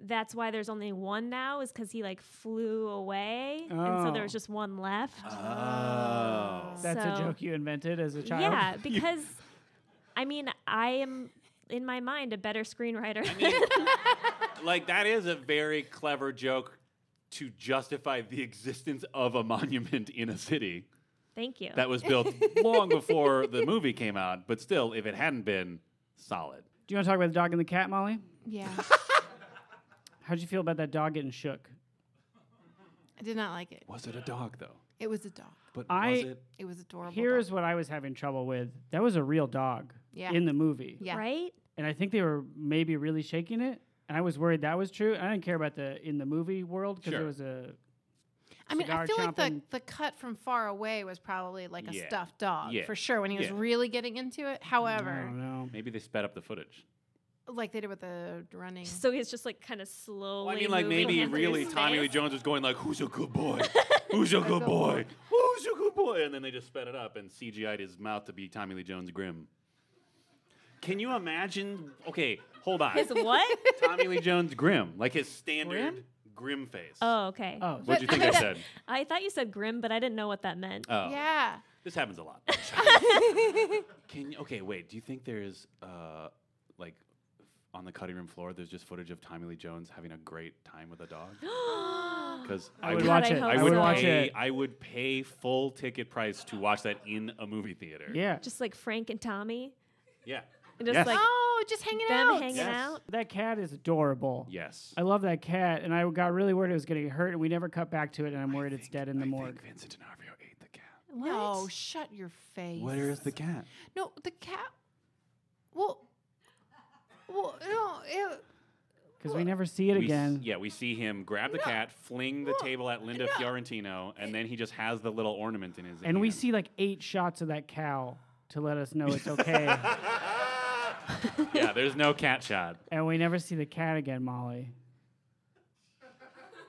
A: that's why there's only one now is because he like flew away, and so
B: Oh.
A: there was just one left.
C: Ah. Oh.
B: That's a
A: So-
B: joke you invented as a child.
A: Yeah, because I mean, I am in my mind a better screenwriter.
C: Like that is a very clever joke to justify the existence of a monument in a city
A: Thank you.
C: that was built long before the movie came out, but still, if it hadn't been, solid.
B: Do you want to talk about the dog and the cat, Molly?
D: Yeah.
B: How'd you feel about that dog getting shook?
D: I did not like it.
C: Was it a dog though?
D: It was a dog.
C: But
B: I-
C: was it?
D: It was adorable.
B: Here's
D: dog.
B: what I was having trouble with. That was a real dog
D: Yeah.
B: in the movie.
D: Yeah.
A: Right?
B: And I think they were maybe really shaking it. And I was worried that was true. I didn't care about the in the movie world because
C: Sure.
B: it was a
D: I mean, I
B: cigar
D: feel like the,
B: chomping.
D: the cut from far away was probably like a
C: Yeah.
D: stuffed dog
C: Yeah.
D: for sure when he was
C: Yeah.
D: really getting into it.
B: I
D: However,
B: don't know.
C: Maybe they sped up the footage.
D: like they did with the running.
A: So he's just like kind of slowly.
C: I mean, like
A: moving
C: maybe
A: him through
C: really Tommy Lee
A: space.
C: Jones was going like, "Who's a good boy? Who's a good boy? Who's a good boy?" And then they just sped it up and CGI'd his mouth to be Tommy Lee Jones grim. Can you imagine? Okay, hold on.
A: His what?
C: Tommy Lee Jones grim, like his standard grim, face.
A: oh, okay.
B: Oh,
C: What'd you think I said?
A: I thought you said grim, but I didn't know what that meant.
C: Oh,
D: yeah.
C: this happens a lot. Can you, okay, wait. Do you think there's uh, like on the cutting room floor? There's just footage of Tommy Lee Jones having a great time with a dog. Because
B: I would watch
A: Oh I
B: it.
A: hope
B: I
C: I
A: so.
B: would
C: would
B: watch
C: pay,
B: it.
C: I would pay full ticket price to watch that in a movie theater.
B: Yeah.
A: just like Frank and Tommy,
C: Yeah.
A: and just
C: Yes.
A: like
D: oh, just hanging
A: them
D: out.
A: hanging
C: Yes.
A: out.
B: That cat is adorable.
C: Yes.
B: I love that cat, and I got really worried it was going to get hurt, and we never cut back to it, and I'm worried it's dead in the
C: I
B: morgue.
C: think Vincent D'Onofrio ate the cat.
D: No, shut your face.
C: Where is the cat?
D: No, the cat. Well, well, no. It,
B: Because we never see it
C: We s-
B: again.
C: yeah, we see him grab the cat, fling the table at Linda Fiorentino, and then he just has the little ornament in his hand.
B: And we see like eight shots of that cow to let us know it's okay.
C: yeah, there's no cat shot.
B: and we never see the cat again, Molly.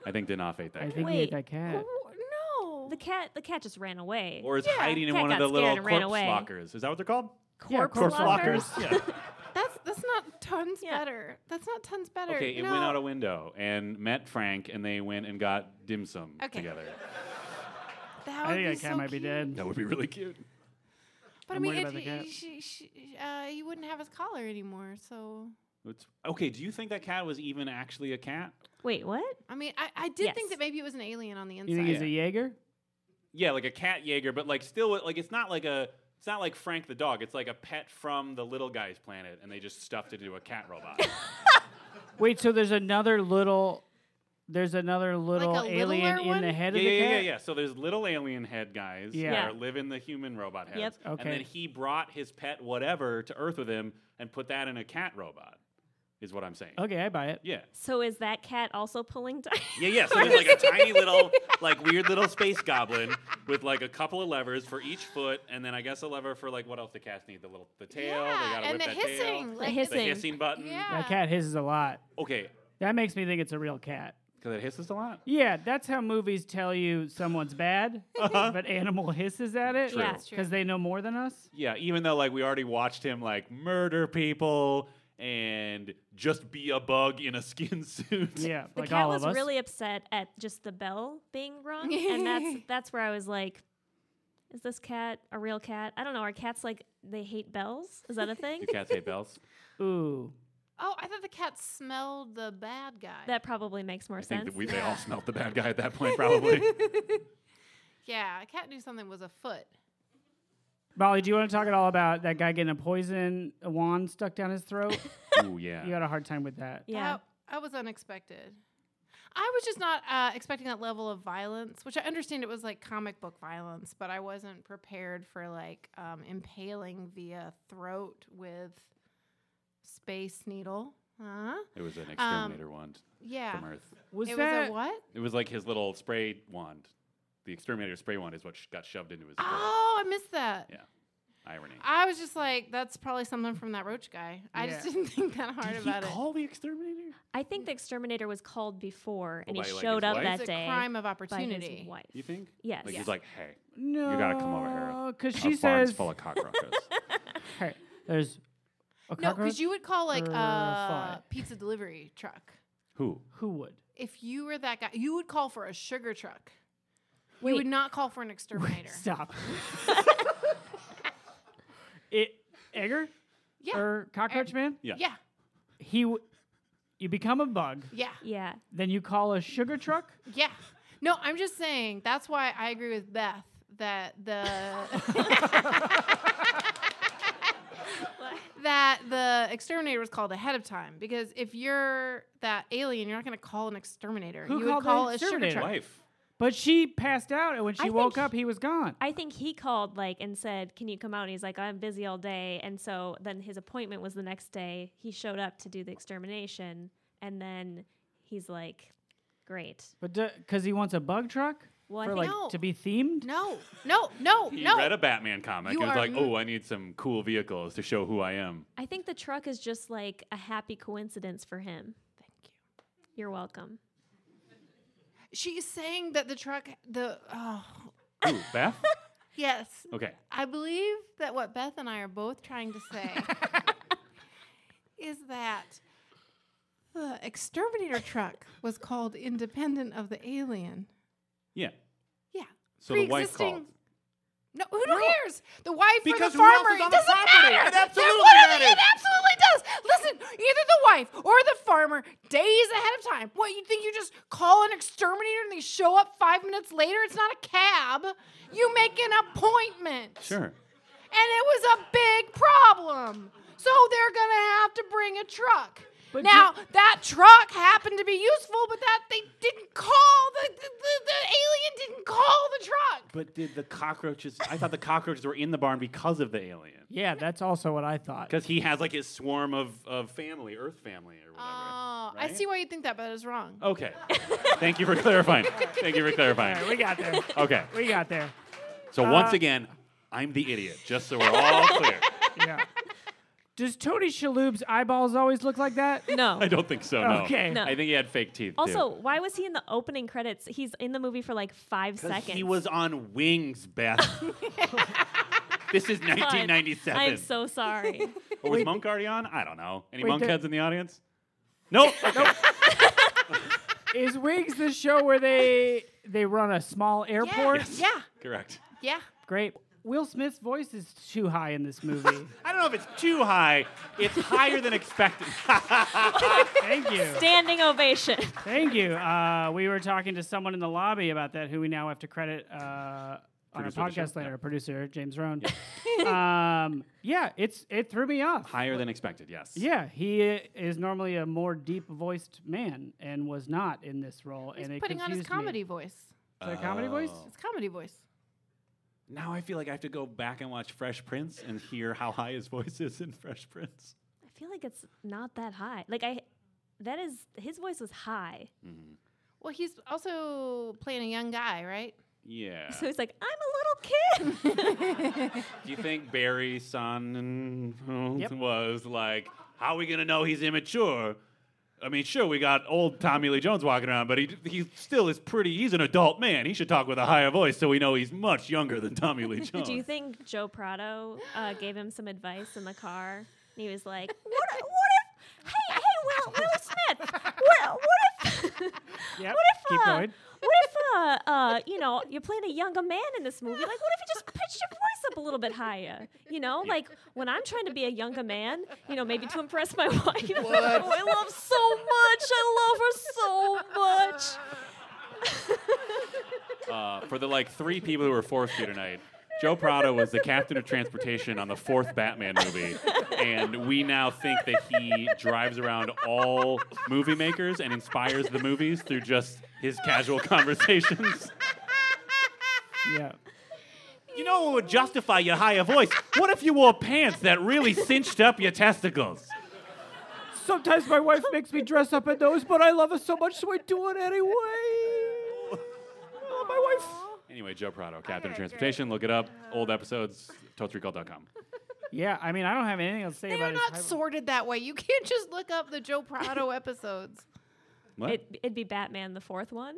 C: I think Dinoff ate that
B: I
C: cat.
B: think he ate
A: Wait.
B: that cat.
D: no.
A: The cat, the cat just ran away.
C: Or is
D: Yeah,
C: hiding in
A: cat
C: one of
A: got
C: the
A: scared
C: little
A: and ran
C: corpse
A: away.
C: lockers. Is that what they're called?
A: corpse lockers.
C: Yeah.
D: That's that's not tons
A: Yeah.
D: better. That's not tons better.
C: Okay, it
D: no.
C: went out a window and met Frank, and they went and got dim sum
D: Okay.
C: together.
D: That
B: I
D: would
B: think
D: be
B: that cat
D: so
B: might be
D: cute.
B: dead.
C: That would be really cute.
D: But
B: I'm
D: I mean,
B: worried
D: it,
B: about the cat.
D: She, she, uh, he wouldn't have his collar anymore. So
C: It's- okay, do you think that cat was even actually a cat?
A: Wait, what?
D: I mean, I, I did
A: Yes.
D: think that maybe it was an alien on the inside.
B: You think he's a Jaeger?
C: Yeah, like a cat Jaeger, but like still, like it's not like a, it's not like Frank the dog. It's like a pet from the little guy's planet, and they just stuffed it into a cat robot.
B: Wait, so there's another little, there's another little
D: a
B: alien
D: littler
B: in
D: one?
B: the head
C: yeah,
B: of the
C: yeah, yeah,
B: cat.
C: yeah, yeah. So there's little alien head guys
B: Yeah.
C: that are live in the human robot heads,
A: Yep.
B: Okay.
C: and then he brought his pet whatever to Earth with him and put that in a cat robot. Is what I'm saying.
B: Okay, I buy it.
C: Yeah.
A: So is that cat also pulling? T-
C: Yeah, yeah. So there's like a tiny little, like weird little space goblin with like a couple of levers for each foot, and then I guess a lever for like what else the cats need? The little the tail. they
D: yeah,
C: gotta
D: and
C: whip
D: the
C: that
D: hissing,
C: Tail.
D: like
A: hissing.
C: The hissing button.
D: Yeah.
B: That cat hisses a lot.
C: Okay.
B: That makes me think it's a real cat.
C: Because it hisses a lot.
B: Yeah, that's how movies tell you someone's bad, but animal hisses at it.
A: True. Uh-huh. Yeah. That's
D: true.
B: because they know more than us.
C: Yeah. Even though like we already watched him like murder people and just be a bug in a skin suit.
B: Yeah,
A: the
B: like
A: cat
B: all
A: was
B: of us.
A: really upset at just the bell being rung, and that's that's where I was like, is this cat a real cat? I don't know. Are cats like they hate bells? Is that a thing?
C: Do cats hate bells?
B: Ooh.
D: Oh, I thought the cat smelled the bad guy.
A: that probably makes more
C: I think
A: sense.
C: that we they
D: Yeah.
C: all smelt the bad guy at that point, probably.
D: yeah, a cat knew something was afoot.
B: Molly, do you want to talk at all about that guy getting a poison wand stuck down his throat?
C: Ooh, yeah.
B: you had a hard time with that.
A: yeah.
D: That, that was unexpected. I was just not uh, expecting that level of violence, which I understand it was like comic book violence, but I wasn't prepared for like um, impaling via throat with space needle. Huh?
C: It was an exterminator wand
D: Um, Yeah.
C: from Earth.
B: Was
D: it
B: that
D: was a what?
C: It was like his little spray wand. The exterminator spray wand is what sh- got shoved into his throat.
D: Oh, I missed that.
C: Yeah. Irony.
D: I was just like, that's probably something from that roach guy. I just
B: Yeah.
D: didn't think that hard
C: Did he
D: about it.
C: call the exterminator?
A: I think the exterminator was called before and he
C: By, like,
A: showed
C: his
A: up
C: wife?
A: that
D: It's a
A: day
D: crime of
A: by
D: opportunity.
A: his wife.
C: You think?
A: Yes.
C: Like
A: Yeah.
C: he's like, hey,
B: no?
C: you gotta come over here.
B: Because
C: our
B: she
C: barn's
B: says,
C: full of cockroaches.
B: Hey, "There's a
D: No,
B: cockroach."
D: because you would call like
B: or a
D: a
B: fly?
D: pizza delivery truck.
C: Who?
B: Who would?
D: If you were that guy, you would call for a sugar truck.
A: Wait,
D: You would not call for an exterminator.
B: Stop. it Egger
D: yeah.
B: or Cockroach Man?
C: Yeah.
D: yeah.
B: He, w- you become a bug,
D: Yeah.
A: yeah.
B: then you call a sugar truck.
D: Yeah. No, I'm just saying that's why I agree with Beth that the that the exterminator was called ahead of time because if you're that alien, you're not going to call an exterminator.
B: Who
D: you
B: called
D: would
B: the
D: call a sugar
B: exterminator?
D: truck.
C: Wife.
B: But she passed out, and when
A: I
B: she
A: think
B: woke
A: he-
B: up, he was gone.
A: I think he called like and said, "Can you come out?" And he's like, "I'm busy all day." And so then his appointment was the next day. He showed up to do the extermination, and then he's like, "Great."
B: But because he wants a bug truck
A: Well, I
B: for
A: think
B: like
D: No.
B: to be themed.
D: No, no, no,
C: He
D: no.
C: read a Batman comic
D: You
C: and was
D: are
C: like,
D: n-
C: oh, I need some cool vehicles to show who I am.
A: I think the truck is just like a happy coincidence for him.
D: Thank you.
A: You're welcome.
D: She's saying that the truck, the oh
C: Who? Beth?
D: yes,
C: Okay.
D: I believe that what Beth and I are both trying to say is that the exterminator truck was called independent of the alien.
C: Yeah.
D: Yeah.
C: So the wife
D: Pre-existing-
C: called.
D: No, who cares? The wife
C: Because
D: or
C: who
D: the
C: else
D: farmer
C: is on
D: it
C: the
D: doesn't
C: property?
D: matter.
C: It
D: That-
C: absolutely
D: what-
C: matters.
D: It absolutely does. Listen, either the wife or the farmer days ahead of time. What you think you just call an exterminator and they show up five minutes later? It's not a cab. You make an appointment.
C: Sure.
D: and it was a big problem. So they're gonna have to bring a truck.
B: But
D: now that truck happened to be useful, but that they didn't call the the, the, the alien didn't call the truck.
C: But did the cockroaches? I thought the cockroaches were in the barn because of the alien.
B: Yeah, that's also what I thought.
C: Because he has like his swarm of, of family, Earth family or whatever.
D: Oh, I
C: right?
D: see why you think that, but it's wrong.
B: Oh,
C: Okay. Thank you for clarifying. Thank you for
B: All right,
C: clarifying.
B: we got there.
C: Okay.
B: we got there.
C: So
D: Uh,
C: once again, I'm the idiot, just so we're all clear.
B: Yeah. Does Tony Shalhoub's eyeballs always look like that?
A: No.
C: I don't think so, no.
B: Okay. No.
C: I think he had fake teeth. too.
A: Also, why was he in the opening credits? He's in the movie for like five
C: 'Cause
A: seconds.
C: He was on wings, Beth. this is
A: God,
C: 1997.
A: I'm so sorry.
C: or was Monk already on? I don't know. Any
B: Wait,
C: Monk
B: the-
C: heads in the audience? Nope. nope.
B: Is Wings the show where they they run a small airport?
D: Yeah,
C: Correct.
D: yeah.
B: Great. Will Smith's voice is too high in this movie.
C: I don't know if it's too high. It's higher than expected.
B: Thank you.
A: Standing ovation.
B: Thank you. Uh, we were talking to someone in the lobby about that, who we now have to credit uh, on our
C: Producer of the
B: podcast
C: show?
B: later,
C: Yeah.
B: producer James Rohn. um, yeah, it's it threw me off.
C: higher than expected, yes.
B: Yeah, he is normally a more deep-voiced man, and was not in this role.
D: He's
B: and it
D: putting on his
B: confused me.
D: comedy voice.
B: Is that a comedy voice?
D: His comedy voice.
C: Oh. Now I feel like I have to go back and watch Fresh Prince and hear how high his voice is in Fresh Prince.
A: I feel like it's not that high. Like I, that is his voice was high.
D: Well, he's also playing a young guy, right?
C: Yeah.
A: So he's like, I'm a little kid.
C: Do you think Barry Son
B: Yep.
C: was like, how are we going to know he's immature? I mean, sure, we got old Tommy Lee Jones walking around, but he, he still is pretty. He's an adult man. He should talk with a higher voice so we know he's much younger than Tommy Lee Jones.
A: Do you think Joe Prado uh, gave him some advice in the car? And he was like, What, i- what if, hey, hey, Will, Will Smith, what, what if,
B: Yep.
A: what if,
B: Keep
A: uh,
B: going.
A: what if, uh, uh, you know, you're playing a younger man in this movie? Like, what if you just play pitched your voice up a little bit higher. You know, like when I'm trying to be a younger man, you know, maybe to impress my wife. who I love so much. I love her so much.
C: Uh, for the like three people who were forced here tonight, Joe Prado was the captain of transportation on the fourth Batman movie, and we now think that he drives around all movie makers and inspires the movies through just his casual conversations.
B: yeah.
C: You know what would justify your higher voice? What if you wore pants that really cinched up your testicles?
B: Sometimes my wife makes me dress up in those, but I love her so much, so I do it anyway. Oh, my wife.
C: Anyway, Joe Prado, captain of
D: right,
C: transportation. Look it up. Old episodes, totesrecall.com.
B: Yeah, I mean, I don't have anything else to say
D: They
B: about
D: are
B: it.
D: not sorted that way. You can't just look up the Joe Prado episodes.
C: What?
A: It, it'd be Batman, the fourth one.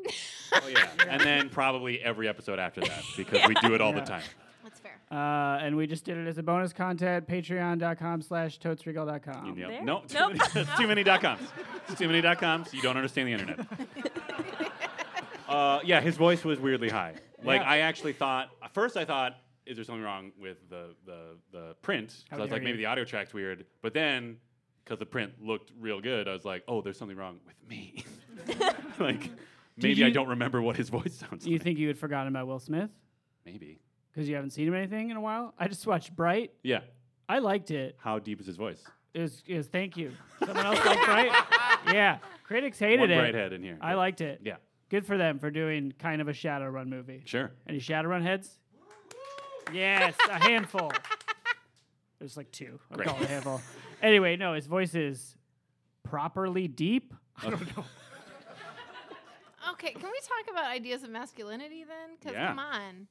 C: oh yeah. And then probably every episode after that because we do it all
B: Yeah.
C: the time.
D: That's fair.
B: Uh, and we just did it as a bonus content. Patreon.com slash
C: You
B: totesregal.com.
C: know-
A: There?
C: Nope. Too
A: Nope.
C: many, that's too many dot coms. It's too many dot coms. You don't understand the internet. uh, yeah, his voice was weirdly high. Like
B: Yeah.
C: I actually thought at first I thought, is there something wrong with the the, the print? 'Cause
B: How
C: I was
B: dare
C: like, maybe
B: you.
C: the audio track's weird. But then because the print looked real good, I was like, oh, there's something wrong with me. like maybe I
B: you-
C: don't remember what his voice sounds
B: Do you
C: like.
B: think you had forgotten about Will Smith?
C: maybe.
B: Because you haven't seen him anything in a while? I just watched Bright.
C: Yeah.
B: I liked it.
C: How deep is his voice?
B: It was, it was thank you. Someone else liked Bright? Yeah. Critics hated
C: One
B: it.
C: bright head in here.
B: I liked it.
C: Yeah.
B: Good for them for doing kind of a Shadowrun movie.
C: Sure.
B: Any Shadowrun heads? Yes, a handful. There's like two. I'm
C: Great.
B: calling it a handful. Anyway, no, his voice is properly deep.
D: Okay, can we talk about ideas of masculinity then? Because
C: Yeah.
D: come on,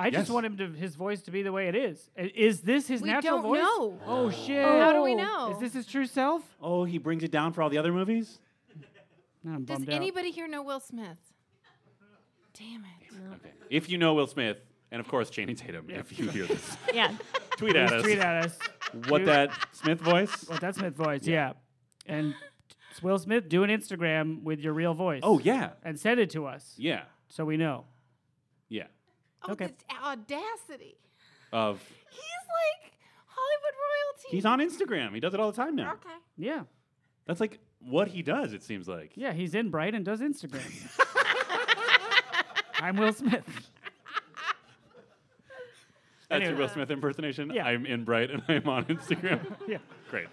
B: I
C: Yes.
B: just want him to his voice to be the way it is. I- Is this his
D: we
B: natural
D: don't
B: voice?
D: know.
B: Oh shit!
D: How do we know?
B: Is this his true self?
C: Oh, he brings it down for all the other movies?
B: No, I'm
D: Does
B: bummed out.
D: anybody here know Will Smith? Damn it.
C: Okay. If you know Will Smith, and of course Channing Tatum, if you hear this,
A: yeah.
C: tweet at us
B: Tweet at us.
C: what
B: Dude.
C: that Smith voice.
B: Well, that's Smith voice. Yeah. And it's Will Smith do an Instagram with your real voice.
C: Oh yeah,
B: And send it to us
C: yeah,
B: so we know.
C: yeah.
D: Oh,
B: Okay.
D: this audacity.
C: Of
D: He's like Hollywood royalty.
C: he's on Instagram. He does it all the time now.
D: Okay.
B: Yeah.
C: That's like what he does. It seems like.
B: Yeah, he's in Bright and does Instagram. I'm Will Smith.
C: That's your
B: Anyway.
C: Will Smith impersonation.
B: Yeah.
C: I'm in Bright and I'm on Instagram.
B: Yeah.
C: Great.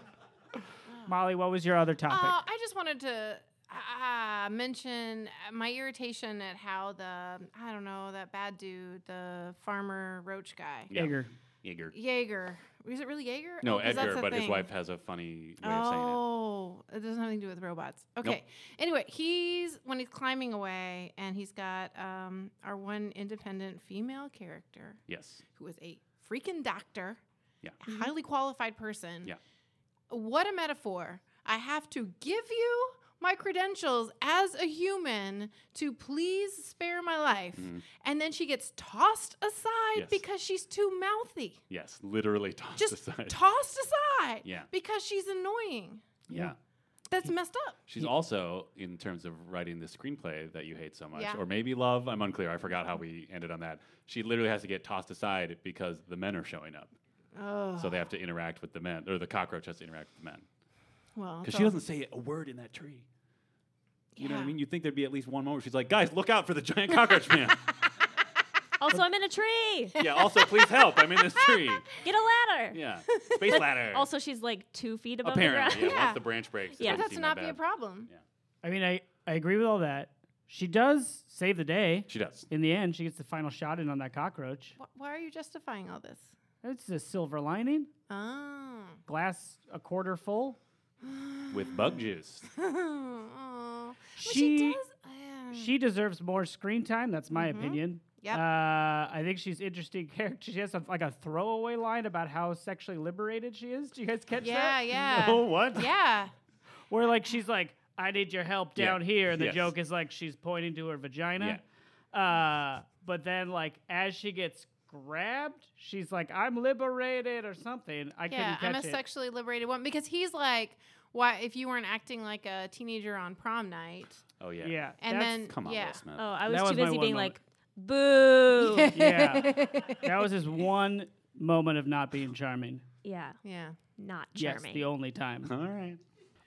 B: Molly, what was your other topic?
D: Uh, I just wanted to uh, mention my irritation at how the I don't know that bad dude, the farmer roach guy,
C: Yeah.
B: Bigger.
C: Jaeger.
D: Jaeger. Is it really Jaeger?
C: No,
D: Oh, 'cause that's
C: Edgar,
D: a
C: but his
D: thing.
C: wife has a funny way of saying it.
D: Oh, it doesn't have anything to do with robots. Okay. Anyway, he's when he's climbing away, and he's got um, our one independent female character
C: Yes.
D: who is a freaking doctor,
C: Yeah.
D: a highly qualified person.
C: Yeah.
D: What a metaphor! I have to give you my credentials as a human to please spare my life, and then she gets tossed aside
C: Mm-hmm. Yes.
D: because she's too mouthy.
C: Yes. Literally tossed
D: Just
C: aside.
D: tossed aside
C: Yeah.
D: because she's annoying.
C: yeah.
D: That's messed up.
C: She's also, in terms of writing the screenplay that you hate so much,
D: Yeah.
C: or maybe love, I'm unclear. I forgot how we ended on that. She literally has to get tossed aside because the men are showing up.
D: Oh,
C: So they have to interact with the men, or the cockroach has to interact with the men.
D: well.
C: Because
D: so-
C: she doesn't say a word in that tree. You know what I
D: Yeah.
C: mean? You'd think there'd be at least one moment. where She's like, guys, look out for the giant cockroach man.
A: Also, I'm in a tree.
C: yeah, also, please help. I'm in this tree.
A: Get a ladder.
C: Yeah. Space ladder.
A: Also, she's like two feet above the
C: Apparently, yeah,
A: ground.
C: once
D: Yeah.
C: the branch breaks. it
A: Yeah.
C: doesn't
D: That's
C: seem
D: not
C: that
D: be a
C: bad.
D: problem.
C: Yeah.
B: I mean, I, I agree with all that. She does save the day.
C: She does.
B: In the end, she gets the final shot in on that cockroach.
D: Wh- Why are you justifying all this?
B: It's a silver lining.
D: Oh.
B: Glass a quarter full.
C: With bug juice.
D: oh. But
B: She-
D: she does. uh,
B: She deserves more screen time. That's my opinion.
D: Mm-hmm. Yep.
B: Uh, I think she's interesting character. She has a, like a throwaway line about how sexually liberated she is. Do you guys catch
D: yeah,
B: that?
D: yeah.
C: oh, what?
D: Uh, Yeah.
B: Where like she's like, I need your help
C: Yeah.
B: down here, and the
C: Yes.
B: joke is like she's pointing to her vagina. Uh, but then like as she gets grabbed, she's like, I'm liberated or something. I
D: Yeah. I'm
B: couldn't
D: a
B: catch it.
D: sexually liberated woman because he's like, why, if you weren't acting like a teenager on prom night,
C: Oh, yeah.
B: yeah.
D: and
B: that's-
D: then
C: Come on,
D: yeah.
C: Will Smith.
A: Oh, I
B: That
A: was
B: was
A: too
B: my
A: busy
B: one
A: being
B: moment.
A: like, Boo.
B: Yeah. that was his one moment of not being charming.
A: yeah.
D: Yeah.
A: Not
B: Yes,
A: charming.
B: the only time.
E: All right.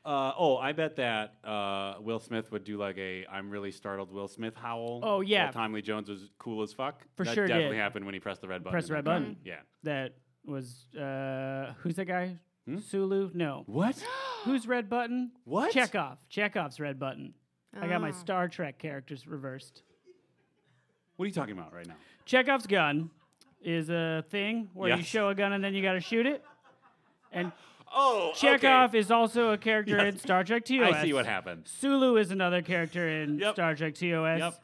C: Uh, oh, I bet that uh, Will Smith would do like a "I'm really startled" Will Smith howl.
B: Oh, yeah.
C: while Tommy Jones was cool as fuck.
B: For
C: that
B: sure
C: definitely
B: did.
C: happened when he pressed the red button.
B: Pressed
C: in
B: the
C: that
B: red
C: movie. Yeah.
B: That was uh who's that guy? Sulu? No.
C: What?
B: Who's Red Button?
C: Hmm? What?
B: Chekhov. Chekhov's Red Button. I got my
A: Ah.
D: Oh.
B: Star Trek characters reversed.
C: What are you talking about right now?
B: Chekhov's gun is a thing where you
C: Yes.
B: show a gun and then you got to shoot it. And
C: Oh,
B: Chekhov is also a character in Star Trek TOS.
C: I see what happened.
B: Sulu is another character in
C: Yep.
B: Star Trek TOS.
C: Yep.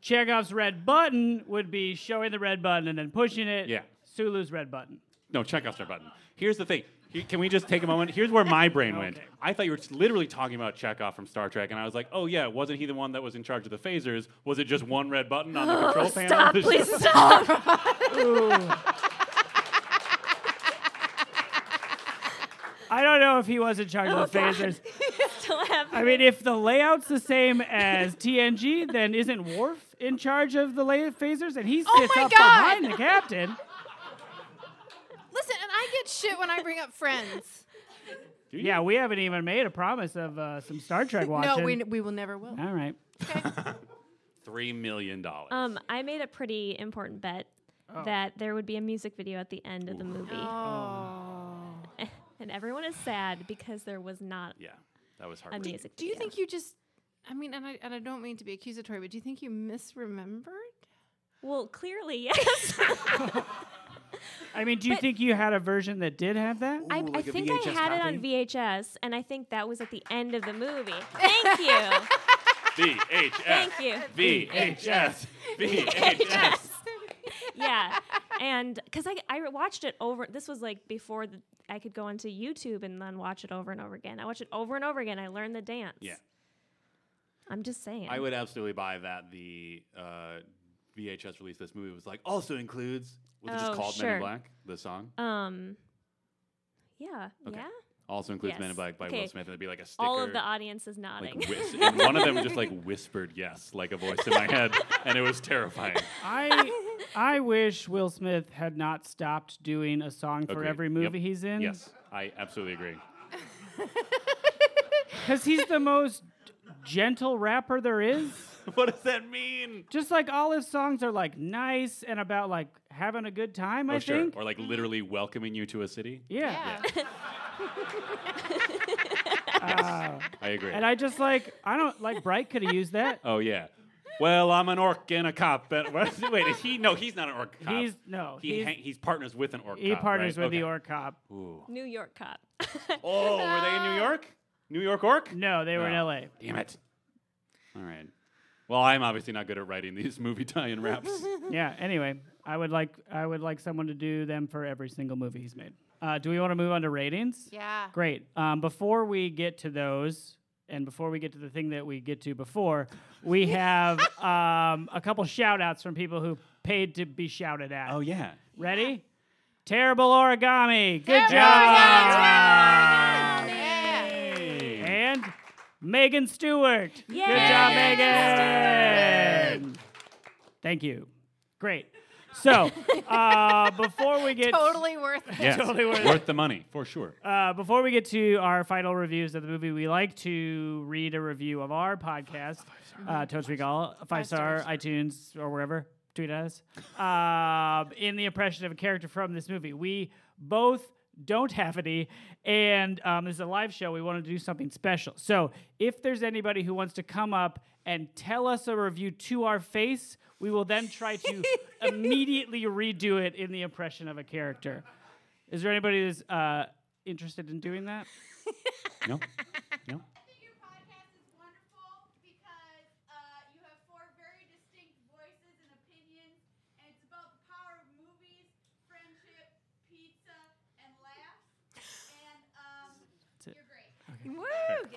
B: Chekhov's red button would be showing the red button and then pushing it.
C: Yeah.
B: Sulu's red button.
C: No, check off their button. Here's the thing. He- Can we just take a moment? Here's where my brain went.
B: Okay.
C: I thought you were just literally talking about Chekhov from Star Trek, and I was like, "Oh yeah, wasn't he the one that was in charge of the phasers? Was it just one red button on the control panel?"
A: Stop, please stop.
B: I don't know if he was in charge
A: Oh,
B: of the
A: God.
B: phasers.
A: Still have
B: I mean, if the layout's the same as TNG, then isn't Worf in charge of the lay- phasers? And he sits
D: Oh my
B: up
D: God.
B: behind the captain.
D: Listen, and I get shit when I bring up friends.
B: Yeah, we haven't even made a promise of uh, some Star Trek watching.
D: No, we, n- we will never will.
B: All right.
C: Three million dollars.
A: Um, I made a pretty important bet
C: Oh.
A: that there would be a music video at the end of the movie.
D: Oh.
A: And everyone is sad because there was not
C: yeah, that was
A: a
C: hard.
A: music
D: Do you
A: video.
D: think you just? I mean, and I, and I don't mean to be accusatory, but do you think you misremembered?
A: Well, clearly, yes.
B: I mean, do you
A: But-
B: think you had a version that did have that?
A: I, I
C: like a
A: think I
C: VHS
A: had it
C: copy?
A: on VHS, and I think that was at the end of the movie. Thank you.
C: VHS.
A: Thank you.
C: VHS. VHS.
A: Yeah. And because I, I watched it over, this was like before the, I could go onto YouTube and then watch it over and over again. I watched it over and over again. I learned the dance.
C: Yeah.
A: I'm just saying.
C: I would absolutely buy that the uh, VHS release of this movie was like also includes was it just
A: Oh,
C: called Men
A: sure.
C: in Black the song
A: Um. Yeah.
C: Okay.
A: Yeah.
C: also includes Men in
A: Yes.
C: Black by
A: Okay.
C: Will Smith and it'd be like a sticker
A: All of the audience is nodding.
C: like whis- and one of them just like whispered yes like a voice in my head and it was terrifying
B: I I wish Will Smith had not stopped doing a song for
C: Agreed.
B: every
C: Yep.
B: movie he's in.
C: yes I absolutely agree
B: Because he's the most gentle rapper there is.
C: what does that mean
B: Just like all his songs are like nice and about like having a good time, I
C: oh sure
B: think.
C: or like literally welcoming you to a city
B: yeah. Uh,
C: I agree
B: and I just like I don't like Bright could have used that.
C: oh yeah well I'm an orc and a cop and wait is he no he's not an orc cop
B: He's no,
C: he
B: he's,
C: hang- he's partners with an orc
B: he
C: cop,
B: partners
C: right?
B: with the
C: Okay.
B: orc cop.
A: New York cop.
C: Oh, were they in New York? New York Orc?
B: No, they were in
C: No.
B: L.A.
C: Damn it. All right. Well, I'm obviously not good at writing these movie tie-in raps.
B: Yeah. Anyway, I would like I would like someone to do them for every single movie he's made. Uh, do we want to move on to ratings?
D: Yeah.
B: Great. Um, before we get to those, and before we get to the thing that we get to before, we have um, a couple shout outs from people who paid to be shouted at.
C: oh yeah.
B: Ready? Terrible origami. Good
D: Terrible
B: job.
D: Yeah.
B: And Megan Stewart.
A: Yay,
B: Good job,
A: Megan
B: Megan. Thank you. Great. So, uh, before we get
D: Totally worth it.
C: Yes.
B: Totally worth
C: worth,
B: it.
C: the money for sure.
B: Uh, before we get to our final reviews of the movie, we like to read a review of our podcast, uh, Totes We Call, five star, iTunes, or wherever, tweet at us, uh, in the impression of a character from this movie. We both don't have any, and um, this is a live show. We wanted to do something special. So if there's anybody who wants to come up and tell us a review to our face, we will then try to immediately redo it in the impression of a character. Is there anybody that's uh, interested in doing that?
C: no. No.
F: think your podcast is wonderful because uh, you have four very distinct voices and opinions, and it's about the power of movies, friendship, pizza, and laughs. And um,
B: it.
F: you're great.
D: Woo!
C: You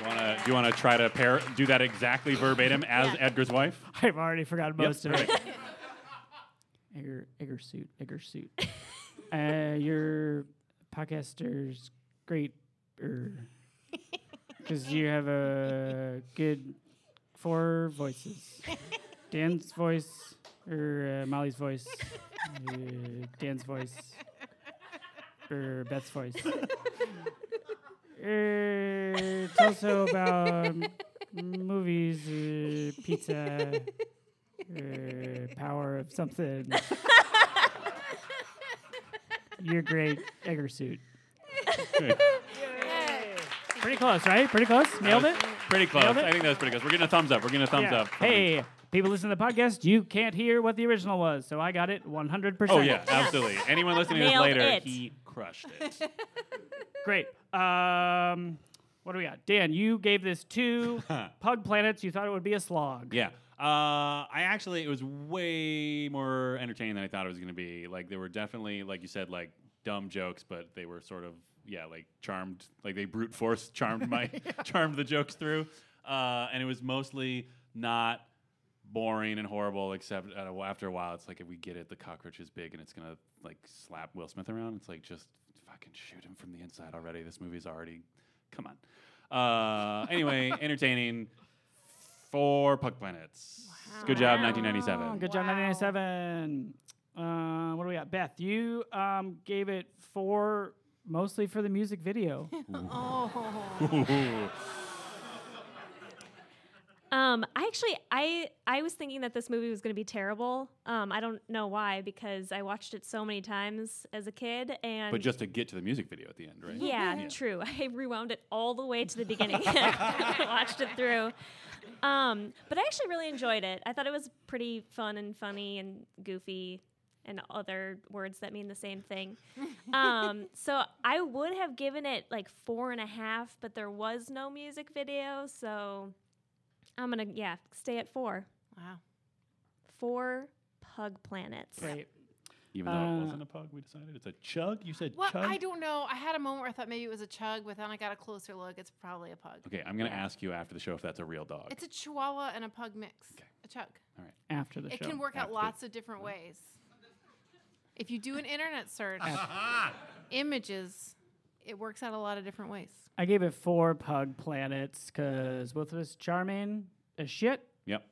D: Yay!
C: wanna, do you want to try to pair, do that exactly verbatim as Edgar's wife?
B: I've already forgotten
C: Yep,
B: most of it. Egger, Egger suit, Egger suit. uh, your podcaster's great, er, because you have a good four voices. Dan's voice or uh, Molly's voice? Uh, Dan's voice or Beth's voice? Uh, it's also about um, movies, uh, pizza, uh, power of something. You're great, Egger suit. Pretty close, right? Pretty close. Nailed
C: That
B: it.
C: was Pretty close.
B: Nailed it?
C: I think that was pretty close. We're getting a thumbs up. We're getting a thumbs
B: Yeah.
C: up. from each-
B: Hey, people listen to the podcast, you can't hear what the original was, so I got it 100%.
C: Oh yeah, absolutely. Anyone listening to this
A: Nailed
C: later,
A: it.
C: he crushed it.
B: Great. Um, what do we got? Dan, you gave this two pug planets. You thought it would be a slog.
C: Yeah. Uh, I actually, it was way more entertaining than I thought it was going to be. Like, there were definitely, like you said, like dumb jokes, but they were sort of, yeah, like charmed, like they brute force charmed my, charmed the jokes through. Uh, and it was mostly not boring and horrible, except at a, after a while, it's like, if we get it, the cockroach is big and it's going to, like, slap Will Smith around. It's like, just fucking shoot him from the inside already. This movie's already, come on. Uh, anyway, entertaining. Four Puck Planets. Good job,
A: Wow.
B: Oh,
C: 1997.
B: good job, 997. Uh, what do we got? Beth, you um, gave it four mostly for the music video.
D: Oh.
A: Um, I actually, I I was thinking that this movie was going to be terrible. Um, I don't know why because I watched it so many times as a kid, and
C: But just to get to the music video at the end, right?
A: yeah, true. I rewound it all the way to the beginning, watched it through. Um, but I actually really enjoyed it. I thought it was pretty fun and funny and goofy, and other words that mean the same thing. Um, so I would have given it like four and a half, but there was no music video, so I'm gonna yeah stay at four.
D: Wow.
A: four pug planets.
B: Great.
C: Even though
B: Uh,
C: it wasn't a pug, we decided it's a chug. You said
D: Well,
C: chug.
D: I don't know. I had a moment where I thought maybe it was a chug, but then I got a closer look. It's probably a pug.
C: okay, I'm gonna ask you after the show if that's a real dog.
D: It's a chihuahua and a pug mix. A chug.
B: After the
D: It
B: show.
D: can work out
C: After-
D: lots of different ways. If you do an internet search, images, it works out a lot of different ways.
B: I gave it four pug planets because both of us charming as shit.
C: yep.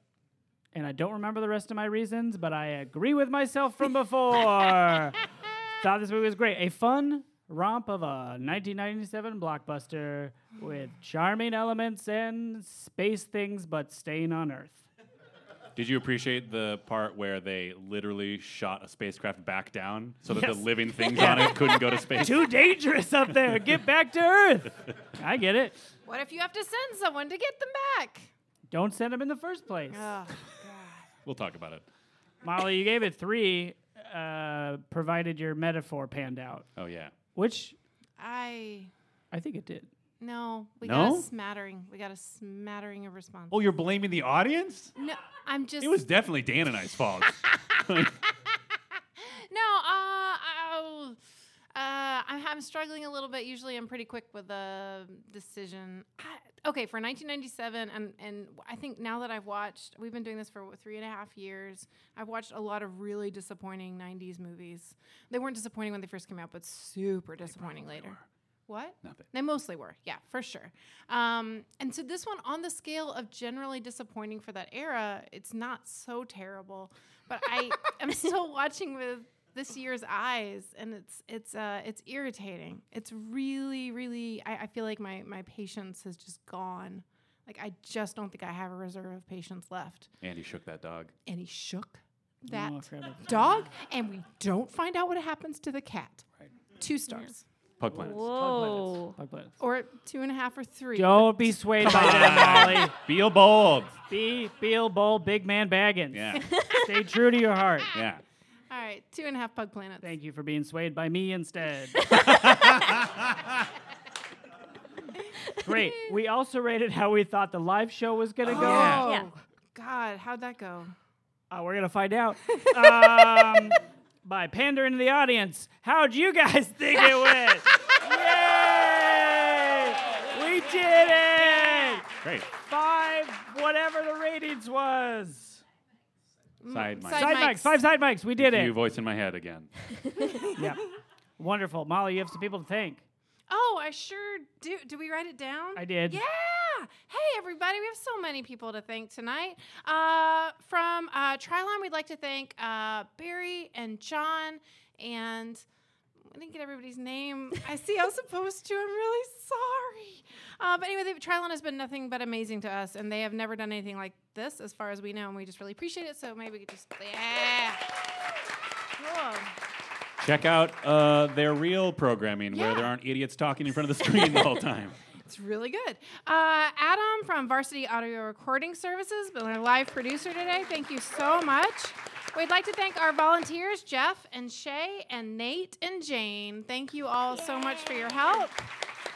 B: and I don't remember the rest of my reasons, but I agree with myself from before. Thought this movie was great. A fun romp of a 1997 blockbuster with charming elements and space things, but staying on Earth.
C: Did you appreciate the part where they literally shot a spacecraft back down so that
B: Yes.
C: the living things on it couldn't go to space?
B: Too dangerous up there. Get back to Earth. I get it.
D: What if you have to send someone to get them back?
B: Don't send them in the first place.
D: Oh,
C: We'll talk about it.
B: Molly, you gave it three, uh, provided your metaphor panned out,
C: Oh yeah.
B: which
D: I
B: I think it did.
D: no. We got
C: No?
D: a smattering. We got a smattering of response.
C: Oh, you're blaming the audience?
D: no, I'm just
C: It was definitely Dan and I's fault.
D: no. Uh, oh, uh, I'm, I'm struggling a little bit. Usually, I'm pretty quick with a decision. I, okay, for 1997, and and I think now that I've watched, we've been doing this for what, three and a half years. I've watched a lot of really disappointing 90s movies. They weren't disappointing when they first came out, but super disappointing later. What?
C: Nothing.
D: They mostly were, yeah, for sure. Um, and so this one, on the scale of generally disappointing for that era, it's not so terrible. But I am still watching with this year's eyes, and it's it's uh, it's irritating. It's really, really. I, I feel like my my patience has just gone. Like I just don't think I have a reserve of patience left.
C: Andy shook that dog.
D: And he shook that
B: Oh, crap.
D: dog, and we don't find out what happens to the cat. Right. Two stars,
C: Pug planets.
A: Whoa.
B: Pug planets.
D: or two and a half, or three.
B: Don't be swayed by that, Molly.
C: Feel bold.
B: Be Beal Bowl Big Man Baggins.
C: Yeah.
B: Stay true to your heart.
C: Yeah.
D: All right, two and a half pug planets.
B: Thank you for being swayed by me instead. Great. We also rated how we thought the live show was going to
D: Oh,
B: go.
A: Yeah.
D: God, how'd that go?
B: Uh, we're going to find out. Um, by pandering to the audience, how'd you guys think it went? Yay! We did it!
C: Great.
B: Five, whatever the ratings was.
C: Side mic.
D: Mm, Side
B: Side mics.
D: mics.
B: five side mics. We did
C: You
B: it.
C: voice in my head again.
B: yeah. Wonderful. Molly, you have some people to thank.
D: Oh, I sure do. Do we write it down?
B: I did.
D: Yeah. yeah. Hey, everybody. We have so many people to thank tonight. Uh, from uh, Trilon, we'd like to thank uh, Barry and John and. I didn't get everybody's name. I see I was supposed to. I'm really sorry. Uh, but anyway, they've- Trilon has been nothing but amazing to us, and they have never done anything like this, as far as we know, and we just really appreciate it. So maybe we could just, yeah. Cool.
C: Check out uh, their real programming where
D: Yeah.
C: there aren't idiots talking in front of the screen the whole time.
D: It's really good. Uh, Adam from Varsity Audio Recording Services, been our live producer today. Thank you so much. We'd like to thank our volunteers, Jeff and Shay and Nate and Jane. Thank you all so much for your help.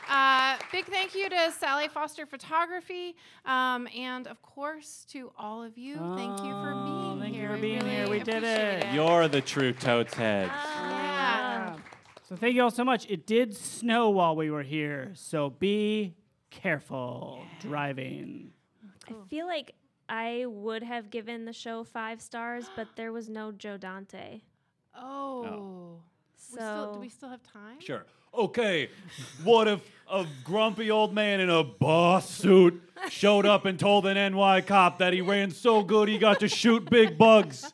D: Uh, big thank you to Sally Foster Photography, um, and of course to all of you. Thank you for
B: Oh,
D: being
B: thank you
D: here.
B: for being here. We did
D: appreciate
B: it.
C: You're the true totes heads.
D: Uh. Yeah.
B: So thank you all so much. It did snow while we were here, so be careful driving.
A: I feel like I would have given the show five stars, but there was no Joe Dante.
D: Oh.
A: So
D: We still, do we still have time?
C: Sure. Okay, what if a grumpy old man in a boss suit showed up and told an NY cop that he ran so good he got to shoot big bugs?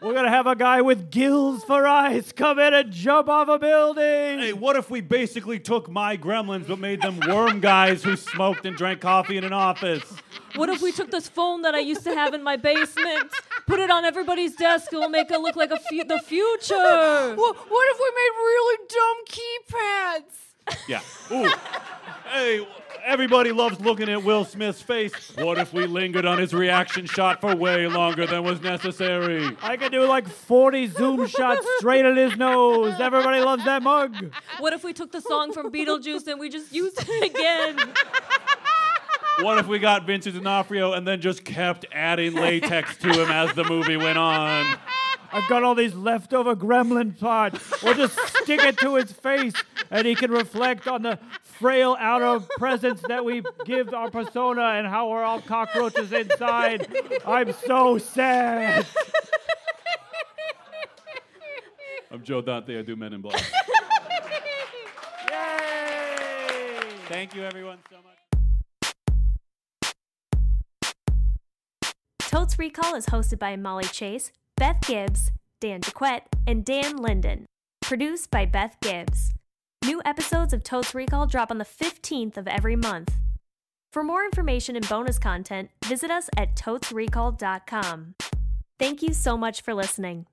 B: We're gonna have a guy with gills for eyes come in and jump off a building.
C: Hey, what if we basically took my gremlins but made them worm guys who smoked and drank coffee in an office?
G: What if we took this phone that I used to have in my basement, put it on everybody's desk, it will make it look like a fu- the future?
D: What, what if we made really dumb keypads?
C: Yeah. Ooh. Hey, everybody loves looking at Will Smith's face. What if we lingered on his reaction shot for way longer than was necessary?
B: I could do like 40 zoom shots straight at his nose. Everybody loves that mug.
G: What if we took the song from Beetlejuice and we just used it again?
C: What if we got Vincent D'Onofrio and then just kept adding latex to him as the movie went on?
B: I've got all these leftover gremlin parts. We'll just stick it to his face and he can reflect on the frail outer presence that we give our persona and how we're all cockroaches inside. I'm so sad.
C: I'm Joe Dante. I do Men in Black.
B: Yay!
C: Thank you, everyone, so much.
A: Totes Recall is hosted by Molly Chase, Beth Gibbs, Dan DeQuette, and Dan Linden. Produced by Beth Gibbs. New episodes of Totes Recall drop on the 15th of every month. For more information and bonus content, visit us at totesrecall.com. Thank you so much for listening.